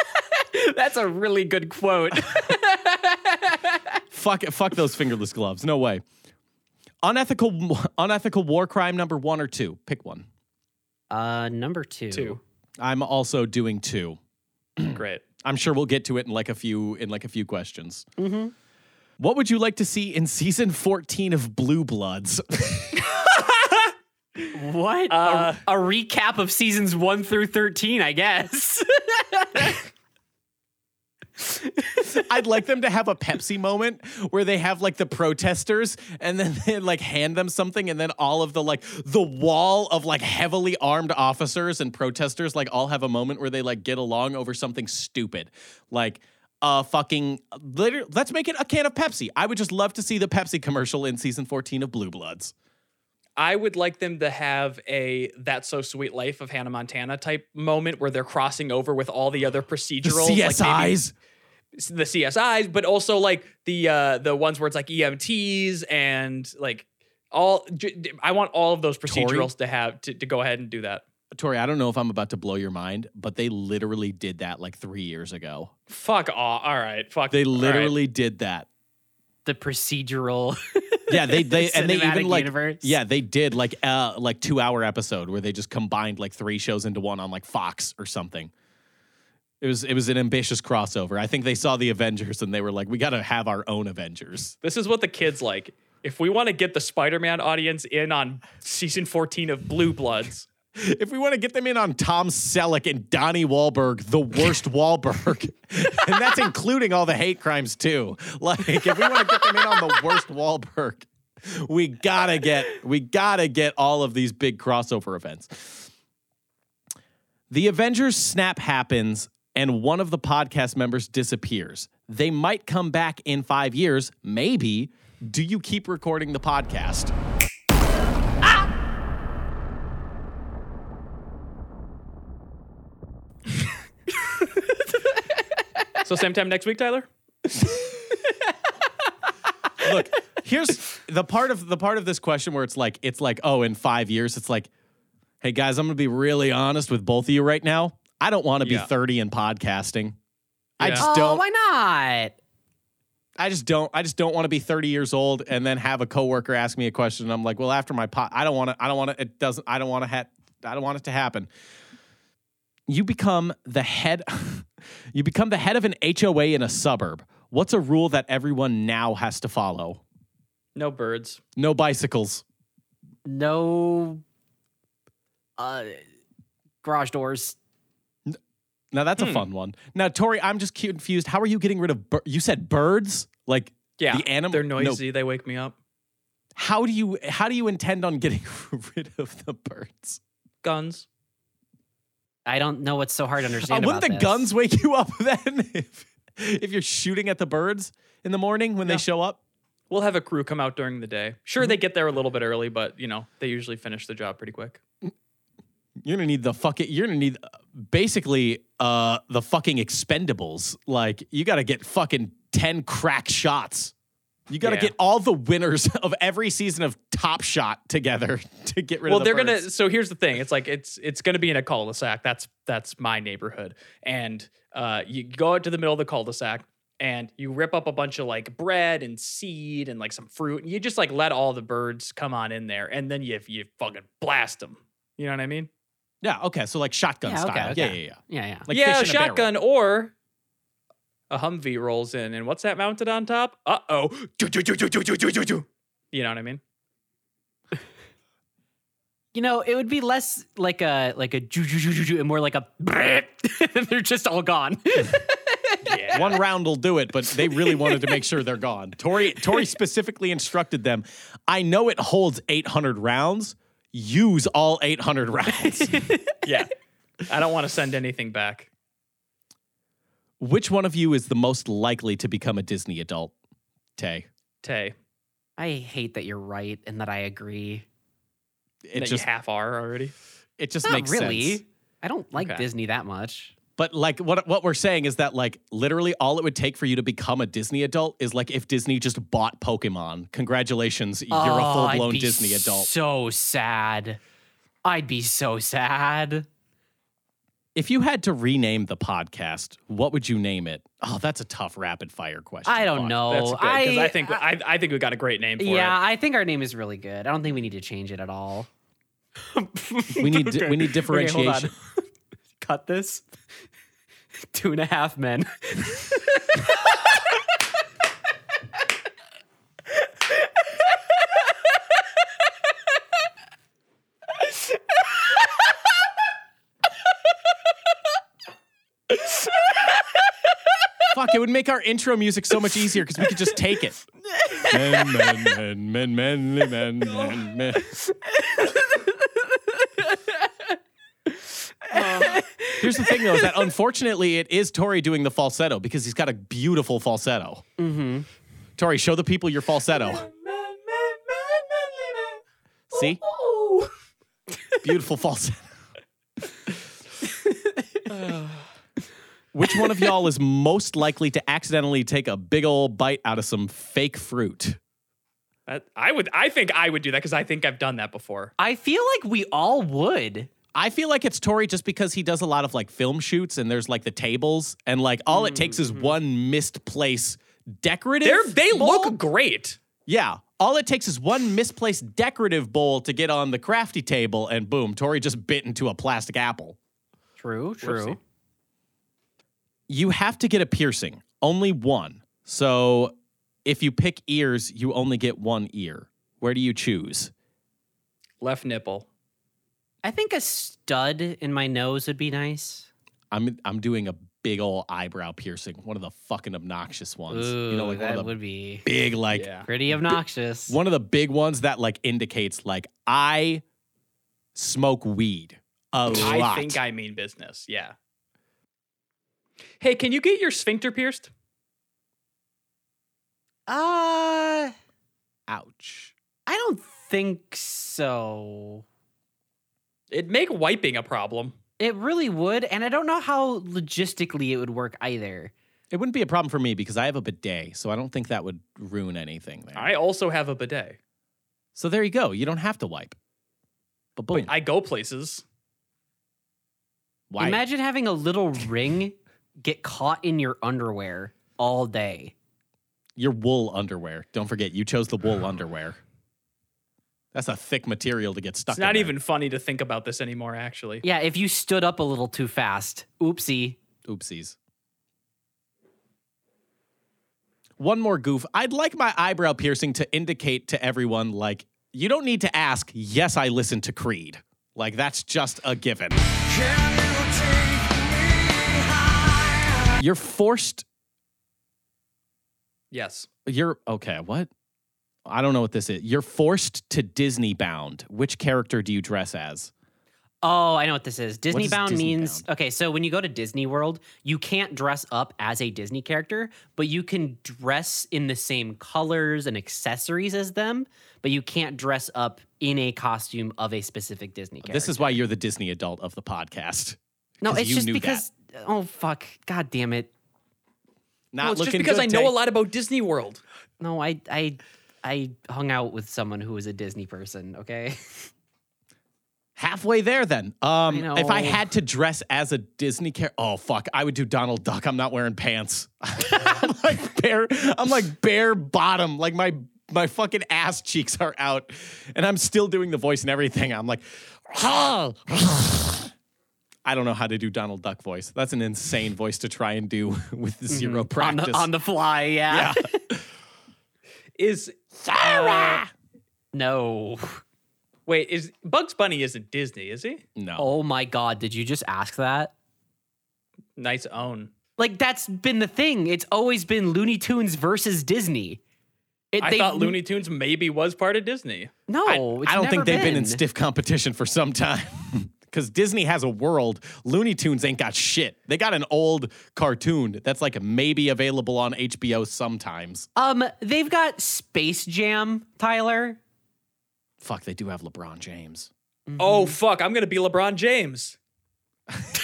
S1: That's a really good quote.
S3: fuck fuck those fingerless gloves. No way. Unethical unethical war crime number 1 or 2. Pick one.
S1: Uh, number two.
S5: Two.
S3: I'm also doing 2.
S5: Great.
S3: I'm sure we'll get to it in like a few in like a few questions.
S1: Mm-hmm.
S3: What would you like to see in season 14 of Blue Bloods?
S1: What?
S5: Uh,
S1: a, a recap of seasons one through thirteen, I guess.
S3: I'd like them to have a Pepsi moment where they have like the protesters and then they like hand them something and then all of the like the wall of like heavily armed officers and protesters like all have a moment where they like get along over something stupid. Like uh fucking liter- let's make it a can of Pepsi. I would just love to see the Pepsi commercial in season 14 of Blue Bloods.
S5: I would like them to have a "That's So Sweet Life" of Hannah Montana type moment where they're crossing over with all the other
S3: The
S5: procedurals,
S3: CSIs.
S5: like maybe the CSIs, but also like the uh, the ones where it's like EMTs and like all. j- I want all of those
S3: Tori?
S5: procedurals to have to, to go ahead and do that.
S3: Tori, I don't know if I'm about to blow your mind, but they literally did that like three years ago.
S5: Fuck off! All right, fuck.
S3: They
S5: all right.
S3: literally did that.
S1: the procedural.
S3: Yeah, they they and they even
S1: Cinematic
S3: like
S1: universe.
S3: yeah they did like uh like two hour episode where they just combined like three shows into one on like Fox or something. It was it was an ambitious crossover. I think they saw the Avengers and they were like, we got to have our own Avengers.
S5: This is what the kids like. If we want to get the Spider-Man audience in on season 14 of Blue Bloods,
S3: If we want to get them in on Tom Selleck and Donnie Wahlberg, the worst Wahlberg, and that's including all the hate crimes too. Like, if we want to get them in on the worst Wahlberg, we gotta get we gotta get all of these big crossover events. The Avengers snap happens and one of the podcast members disappears. They might come back in five years, maybe. Do you keep recording the podcast?
S5: So same time next week, Tyler.
S3: Look, here's the part of the part of this question where it's like it's like oh in five years it's like, hey guys, I'm gonna be really honest with both of you right now. I don't want to
S5: Yeah.
S3: be 30 in podcasting. I
S5: Yeah.
S3: just
S1: Oh,
S3: don't.
S1: why not?
S3: I just don't. I just don't want to be 30 years old and then have a coworker ask me a question. And I'm like, well, after my pot, I don't want to. I don't want to. It doesn't. I don't want to. Ha- I don't want it to happen. You become the head. you become the head of an HOA in a suburb. What's a rule that everyone now has to follow?
S5: No birds.
S3: No bicycles.
S1: No. Uh, garage doors.
S3: Now that's a
S5: Hmm.
S3: fun one. Now, Tori, I'm just cu- confused. How are you getting rid of? Bir- you said birds. Like
S5: Yeah,
S3: the animal.
S5: they're
S3: no.
S5: noisy. They wake me up.
S3: how do you? How do you intend on getting rid of the birds?
S5: Guns.
S1: I don't know what's so hard to
S3: Uh,
S1: understand.
S3: wouldn't
S1: about
S3: the
S1: this.
S3: guns wake you up then if, if you're shooting at the birds in the morning when
S5: No.
S3: they show up?
S5: We'll have a crew come out during the day. Sure,
S3: Mm-hmm.
S5: they get there a little bit early, but you know they usually finish the job pretty quick.
S3: You're gonna need the fucking. You're gonna need uh, basically uh, the fucking expendables. Like you got to get fucking ten crack shots. You got to
S5: Yeah.
S3: get all the winners of every season of Top Shot together to get rid
S5: well
S3: of. the
S5: they're gonna
S3: birds.
S5: so here's the thing it's like it's it's gonna be in a cul-de-sac that's that's my neighborhood and uh you go out to the middle of the cul-de-sac and you rip up a bunch of like bread and seed and like some fruit and you just like let all the birds come on in there and then you you fucking blast them you know what i mean
S3: Yeah. Okay. So like shotgun
S1: Yeah, okay,
S3: style. Yeah.
S1: okay.
S3: Yeah. Yeah.
S1: Yeah, yeah.
S3: Like
S5: yeah
S3: fish in a barrel.
S5: shotgun or a humvee rolls in and what's that mounted on top uh-oh you know what i mean
S1: You know, it would be less like a like a ju ju ju ju ju and more like a. They're just all gone.
S3: One round will do it, but they really wanted to make sure they're gone. Tori, Tori specifically instructed them. I know it holds 800 rounds. Use all 800 rounds.
S5: yeah i don't want to send anything back
S3: Which one of you is the most likely to become a Disney adult? Tay.
S5: tay
S1: I hate that you're right and that I agree.
S3: It
S5: that
S3: just
S5: you half are already
S3: it just
S1: Not
S3: makes
S1: really.
S3: sense.
S1: I don't like
S5: Okay.
S1: Disney that much.
S3: But like what what we're saying is that like literally all it would take for you to become a Disney adult is like if Disney just bought Pokemon. Congratulations, you're a
S1: Oh, I'd
S3: full-blown
S1: be
S3: Disney adult.
S1: So sad. I'd be so sad.
S3: If you had to rename the podcast, what would you name it? Oh, that's a tough rapid fire question.
S1: I don't
S3: Fuck.
S1: know.
S5: That's good because I,
S3: uh,
S5: think I, I think we got a great name for
S1: yeah,
S5: it.
S1: I think our name is really good. I don't think we need to change it at all.
S3: We need we need
S1: Okay, hold
S3: differentiation.
S1: on. Cut this. Two and a half men.
S3: Fuck, it would make our intro music so much easier because we could just take it. men, men, men, men, men, men, men, men. Here's the thing, though, is that unfortunately it is Tori doing the falsetto because he's got a beautiful falsetto. Mm-hmm. Tori, show the people your falsetto. See? Beautiful falsetto. Which one of y'all is most likely to accidentally take a big old bite out of some fake fruit?
S5: That- I would. I think I would do that because I think I've done that before.
S1: I feel like we all would.
S3: I feel like it's Tori just because he does a lot of like film shoots and there's like the tables and like all it takes is one misplaced decorative.
S5: Mm-hmm. They're, they
S3: bowl?
S5: look great.
S3: yeah. All it takes is one misplaced decorative bowl to get on the crafty table and boom, Tori just bit into a plastic apple.
S1: True, true.
S3: You have to get a piercing, only one. So if you pick ears, you only get one ear. Where do you choose?
S5: Left nipple.
S1: I think a stud in my nose would be nice.
S3: I'm I'm doing a big ol' eyebrow piercing, one of the fucking obnoxious ones. you know,
S1: Ooh,
S3: like one
S1: that
S3: of the
S1: would be
S3: big like
S5: Yeah.
S1: pretty obnoxious.
S3: one of the big ones that like indicates like I smoke weed a lot.
S5: I think I mean business. Yeah. Hey, can you get your sphincter pierced?
S1: Uh,
S3: Ouch.
S1: I don't think so.
S5: It'd make wiping a problem.
S1: It really would, and I don't know how logistically it would work either.
S3: It wouldn't be a problem for me because I have a bidet, so I don't think that would ruin anything there.
S5: I also have a bidet.
S3: So there you go. You don't have to wipe. But boom.
S5: I go places.
S3: Why?
S1: Imagine having a little ring get caught in your underwear all day.
S3: your wool underwear. Don't forget, you chose the wool underwear. That's a thick material to get stuck.
S5: It's not
S3: in there.
S5: even funny to think about this anymore, actually.
S1: Yeah, if you stood up a little too fast. Oopsie.
S3: Oopsies. One more goof. I'd like my eyebrow piercing to indicate to everyone, like, you don't need to ask, yes, I listen to Creed. Like, that's just a given. You're forced.
S5: Yes.
S3: You're. Okay, what? I don't know what this is. You're forced to Disney bound. Which character do you dress as?
S1: Oh, I know what this is. Disney
S3: is
S1: bound
S3: Disney
S1: means okay. So when you go to Disney World, you can't dress up as a Disney character, but you can dress in the same colors and accessories as them, but you can't dress up in a costume of a specific Disney character.
S3: This is why you're the Disney adult of the podcast.
S1: no,
S3: 'cause
S1: it's
S3: you
S1: just
S3: knew that.
S1: because oh fuck, god damn it.
S3: Not
S5: Well, it's just
S3: looking
S5: because
S3: good,
S5: I know
S3: Tay.
S5: a lot about Disney World.
S1: No, I I I hung out with someone who was a Disney person. Okay,
S3: Halfway there, then. Um,
S1: I
S3: if I
S1: know.
S3: had to dress as a Disney character, oh fuck, I would do Donald Duck. I'm not wearing pants. I'm like bare. I'm like bare bottom. Like my my fucking ass cheeks are out, and I'm still doing the voice and everything. I'm like, ah, I don't know how to do Donald Duck voice. That's an insane voice to try and do with 0
S5: Mm-hmm.
S1: on
S3: practice.
S1: the on the fly. Yeah.
S5: Is Oh.
S3: Sarah!
S1: no.
S5: wait, is Bugs Bunny isn't Disney, is he?
S3: no.
S1: Oh my god, did you just ask that?
S5: Nice own.
S1: Like that's been the thing. It's always been Looney Tunes versus Disney. It,
S5: I
S1: they've-
S5: thought Looney Tunes maybe was part of Disney.
S1: No,
S3: I,
S1: it's
S3: I don't
S1: never
S3: think they've been. in stiff competition for some time. Because Disney has a world. Looney Tunes ain't got shit. They got an old cartoon that's like maybe available on HBO sometimes.
S1: Um, they've got Space Jam, Tyler.
S3: Fuck, they do have LeBron James.
S5: Oh fuck, I'm gonna be LeBron James.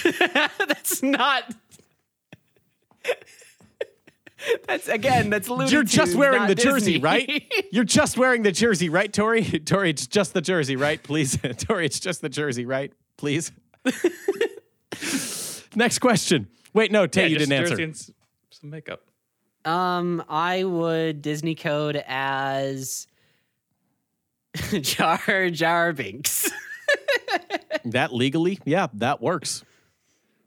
S1: that's not. that's again. That's Looney.
S3: You're just
S1: Tunes,
S3: wearing
S1: not
S3: the jersey,
S1: Disney.
S3: right? You're just wearing the jersey, right, Tori? Tori, it's just the jersey, right? Please. Tori, it's just the jersey, right? Please. Next question. Wait, no, Tay,
S5: Yeah,
S3: you
S5: just
S3: didn't answer.
S5: jersey and s- some makeup.
S1: Um, I would Disney code as Jar Jar Binks.
S3: That legally, yeah, that works.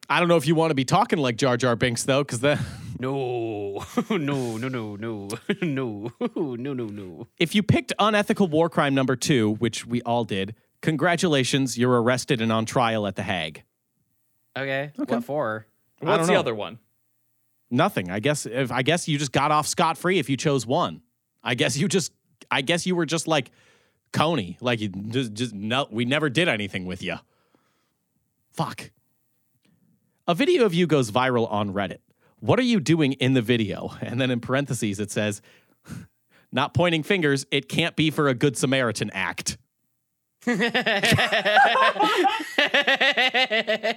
S3: I don't know if you want to be talking like Jar Jar Binks though, because
S1: No, no, no, no, no, no, no, no, no.
S3: if you picked unethical war crime number two, which we all did, congratulations, you're arrested and on trial at the Hague.
S1: Okay, what for?
S3: I
S5: What's
S3: don't
S5: the
S3: know.
S5: other one?
S3: Nothing. I guess. If I guess you just got off scot free if you chose one. I guess you just. I guess you were just like Coney, like you just, just no. We never did anything with you. Fuck. A video of you goes viral on Reddit. What are you doing in the video? And then in parentheses it says, "Not pointing fingers. It can't be for a good Samaritan act."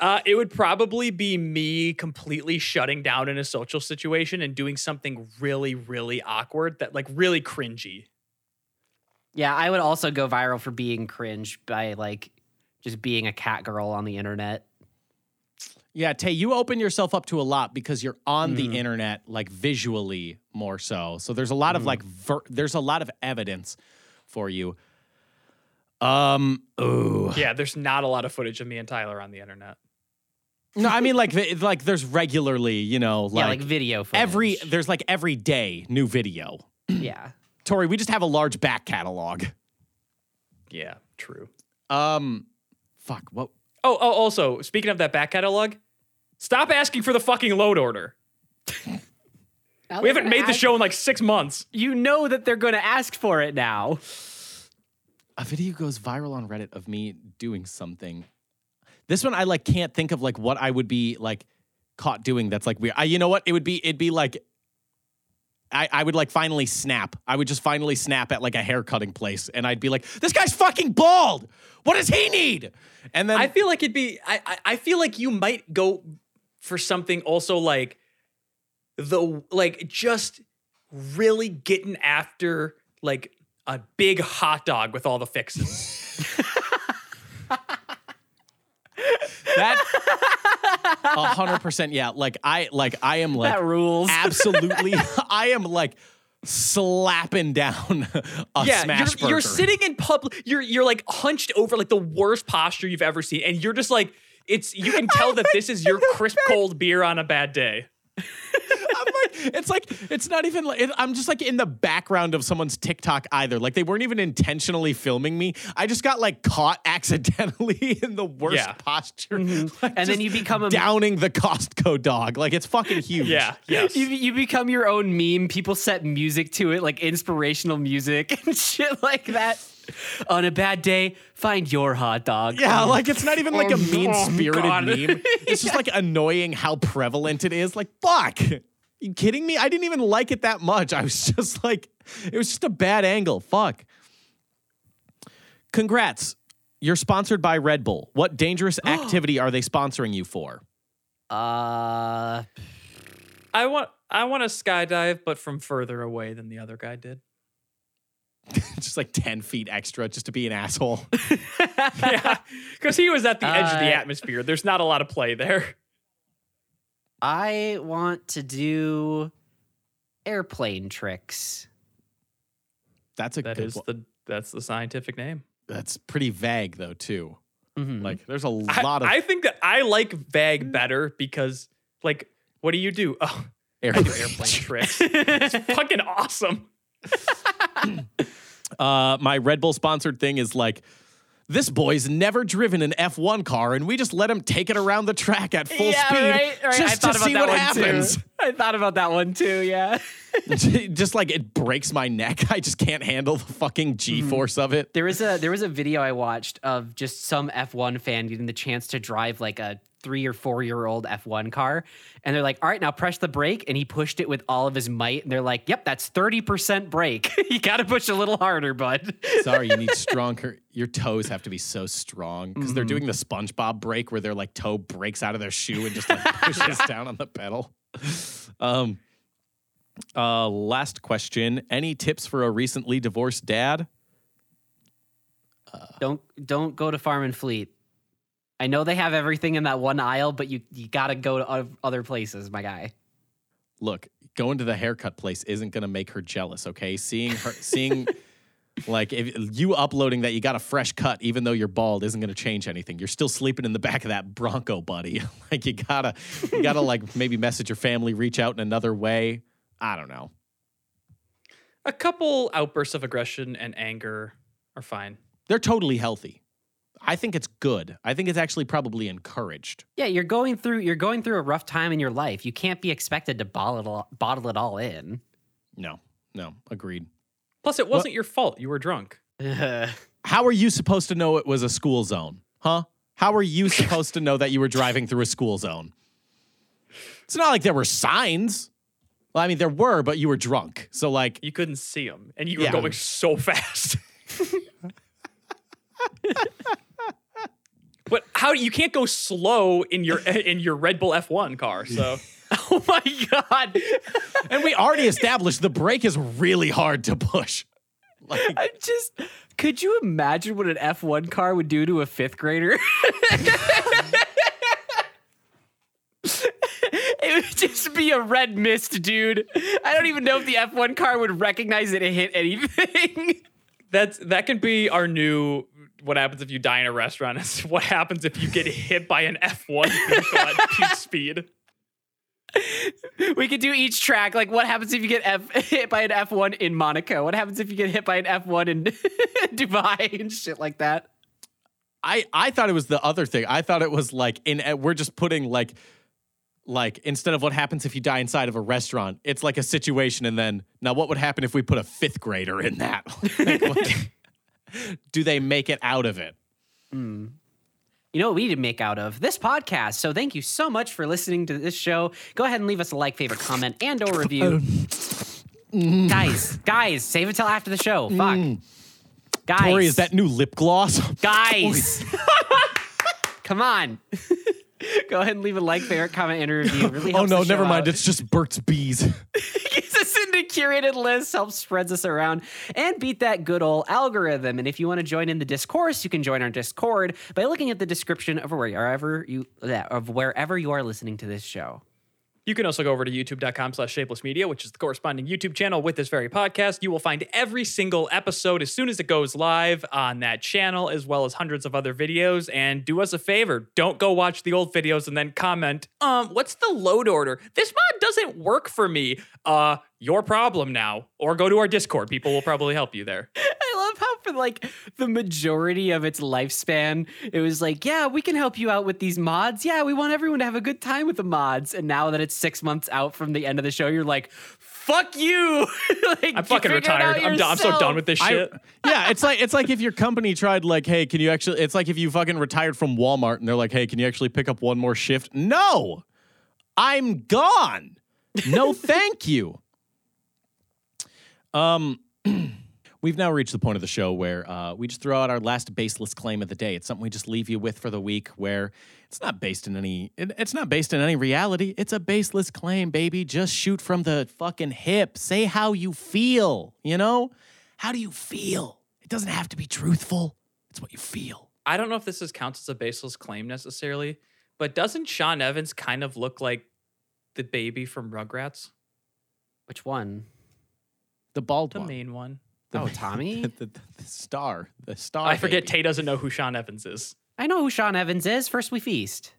S5: Uh, it would probably be me completely shutting down in a social situation and doing something really, really awkward that like really cringy.
S1: Yeah, I would also go viral for being cringe by like just being a cat girl on the internet.
S3: Yeah, Tay, you open yourself up to a lot because you're on
S1: Mm.
S3: the internet, like visually more so. So there's a lot
S1: Mm.
S3: of like, ver- there's a lot of evidence for you. Um, ooh.
S5: Yeah, there's not a lot of footage of me and Tyler on the internet.
S3: No, I mean like, vi- like there's regularly, you know, like,
S1: yeah, like video footage.
S3: every there's like every day new video.
S1: yeah.
S3: Tori, we just have a large back catalog.
S5: Yeah, true.
S3: Um, fuck. What?
S5: Oh, oh, also, speaking of that back catalog, stop asking for the fucking load order. We haven't made the show in like six months.
S1: You know that they're going to ask for it now.
S3: a video goes viral on Reddit of me doing something. This one I like can't think of like what I would be like caught doing that's like weird. I you know what? It would be it'd be like I, I would like finally snap. I would just finally snap at like a hair cutting place and I'd be like, this guy's fucking bald. What does he need? And then
S5: I feel like it'd be. I, I I feel like you might go for something also like the like just really getting after like a big hot dog with all the fixes.
S3: that hundred percent, yeah. Like I like I am like
S1: That rules.
S3: absolutely I am like slapping down a smash
S5: you're, you're
S3: burger.
S5: sitting in public. You're you're like hunched over, like the worst posture you've ever seen, and you're just like it's. You can tell that this is your crisp cold beer on a bad day.
S3: I'm like, it's like it's not even like it, I'm just like in the background of someone's TikTok either. Like they weren't even intentionally filming me. I just got like caught accidentally in the worst
S5: Yeah.
S3: posture. Like,
S1: Mm-hmm. And then
S3: just
S1: you become a
S3: downing the Costco dog. Like it's fucking huge.
S5: Yeah. Yes.
S1: You, you become your own meme. People set music to it, like inspirational music and shit like that. On a bad day, find your hot dog.
S3: Yeah,
S5: Mm.
S3: like it's not even like
S5: Oh
S3: a mean spirited meme. It's just like annoying how prevalent it is. Like, fuck. You kidding me? I didn't even like it that much. I was just like, it was just a bad angle. Fuck. Congrats. You're sponsored by Red Bull. What dangerous activity are they sponsoring you for?
S1: Uh,
S5: I want I want to skydive, but from further away than the other guy did.
S3: just like 10 feet extra just to be an asshole.
S5: yeah, because he was at the edge of the
S1: Uh,
S5: atmosphere. There's not a lot of play there.
S1: I want to do airplane tricks.
S3: That's a
S5: That
S3: good
S5: is
S3: one.
S5: the that's the scientific name.
S3: That's pretty vague though, too.
S1: Mhm.
S3: Like there's a
S5: Mm. I,
S3: lot of
S5: I think that I like vague better because like what do you do? Oh,
S3: air.
S5: I do airplane tricks. It's fucking awesome.
S3: uh, my Red Bull sponsored thing is like, this boy's never driven an F1 car, and we just let him take it around the track at full
S1: yeah,
S3: speed
S1: right, right. I
S3: just
S1: thought
S3: to
S1: about
S3: see
S1: that
S3: what
S1: one
S3: happens.
S1: Too. I thought about that one too. Yeah,
S3: just like it breaks my neck. I just can't handle the fucking G
S1: Mm.
S3: force of it.
S1: there was a there was a video I watched of just some F1 fan getting the chance to drive like a three or four year old F1 car, and they're like, "All right, now press the brake," and he pushed it with all of his might, and they're like, "Yep, that's thirty percent brake. you got to push a little harder, bud."
S3: Sorry, you need stronger. Your toes have to be so strong because
S1: Mm.
S3: they're doing the SpongeBob break where their like toe breaks out of their shoe and just like pushes down on the pedal. Um, uh, last question. Any tips for a recently divorced dad?
S1: don't don't go to Farm and Fleet. I know they have everything in that one aisle, but you you got to go to oth- other places, my guy.
S3: look, going to the haircut place isn't going to make her jealous, okay? Seeing her seeing like if you uploading that you got a fresh cut even though you're bald isn't going to change anything. You're still sleeping in the back of that Bronco, buddy. like you got to you got to like maybe message your family, reach out in another way. I don't know.
S5: A couple outbursts of aggression and anger are fine.
S3: They're totally healthy. I think it's good. I think it's actually probably encouraged.
S1: Yeah, you're going through you're going through a rough time in your life. You can't be expected to bottle it all, bottle it all in.
S3: No. No, agreed.
S5: Plus, it wasn't your fault. You were drunk.
S1: Oh
S3: How are you supposed to know it was a school zone? Huh? How are you supposed to know that you were driving through a school zone? It's not like there were signs. Well, I mean, there were, but you were drunk. So, like,
S5: You couldn't see him, and you
S3: Yeah.
S5: were going so fast. but how you can't go slow in your in your Red Bull F1 car. So
S1: oh my god.
S3: and we already established the brake is really hard to push. Like,
S1: I'm just could you imagine what an F1 car would do to a 5th grader? It would just be a red mist, dude. I don't even know if the F1 car would recognize that it hit anything.
S5: that's that can be our new what happens if you die in a restaurant is what happens if you get hit by an F1 vehicle at peak speed.
S1: We could do each track. Like, what happens if you get F- hit by an F1 in Monaco? What happens if you get hit by an F1 in Dubai and shit like that?
S3: I I thought it was the other thing. I thought it was like in uh, we're just putting like like instead of what happens if you die inside of a restaurant, it's like a situation and then now what would happen if we put a fifth grader in that? Like, what- do they make it out of it?
S1: You know what we need to make out of this podcast. So thank you so much for listening to this show. Go ahead and leave us a like, favorite, comment, and or review.
S3: Um,
S1: guys, guys, save it till after the show. Fuck. Guys,
S3: Mm. Tori, is that new lip gloss?
S1: guys? Come on. Go ahead and leave a like, favorite, comment, and a review. It Really
S3: oh
S1: helps
S3: no,
S1: the show
S3: never mind.
S1: out.
S3: It's just Burt's bees.
S1: Keeps us in the curated list, helps spreads us around, and beat that good old algorithm. And if you want to join in the discourse, you can join our Discord by looking at the description of wherever you that- of wherever you are listening to this show.
S5: You can also go over to youtube.com slash shapeless media, which is the corresponding YouTube channel with this very podcast. You will find every single episode as soon as it goes live on that channel, as well as hundreds of other videos. And do us a favor, don't go watch the old videos and then comment, um, what's the load order? This mod doesn't work for me. Uh, your problem now. Or go to our Discord. People will probably help you there.
S1: I love how for like the majority of its lifespan, it was like, yeah, we can help you out with these mods. Yeah, we want everyone to have a good time with the mods. And now that it's six months out from the end of the show, you're like, fuck you. like,
S5: I'm fucking retired. I'm, done- I'm so done with this
S3: I-
S5: shit.
S3: yeah, it's like it's like if your company tried like, hey, can you actually? It's like if you fucking retired from Walmart and they're like, hey, can you actually pick up one more shift? No, I'm gone. No, thank you. Um. We've now reached the point of the show where uh, we just throw out our last baseless claim of the day. It's something we just leave you with for the week, where it's not based in any, it- it's not based in any reality. It's a baseless claim, baby. Just shoot from the fucking hip. Say how you feel. You know, how do you feel? It doesn't have to be truthful. It's what you feel.
S5: I don't know if this is counts as a baseless claim necessarily, but doesn't Sean Evans kind of look like the baby from Rugrats?
S1: Which one?
S3: The bald
S5: The
S3: one.
S5: main one.
S3: The
S1: oh,
S3: main-
S1: Tommy?
S3: the, the- the star. The star.
S5: I forget
S3: baby.
S5: Tay doesn't know who Sean Evans is.
S1: I know who Sean Evans is. First we feast.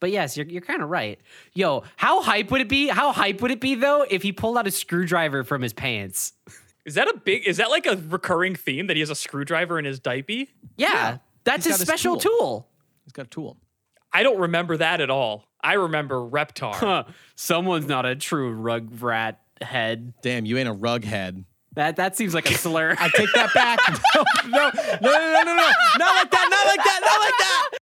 S1: But yes, you're, you're kind of right. Yo, how hype would it be? How hype would it be though if he pulled out a screwdriver from his pants?
S5: Is that a big is that like a recurring theme that he has a screwdriver in his diaper?
S1: Yeah, that's his
S3: he's got his
S1: special
S3: tool.
S1: tool.
S3: He's got a tool.
S5: I don't remember that at all. I remember Reptar.
S1: Someone's not a true rug rat head.
S3: Damn, you ain't a rug head.
S1: That that seems like a slur.
S3: I take that back. No, no, no, no, no, no, no. Not like that. Not like that. Not like that.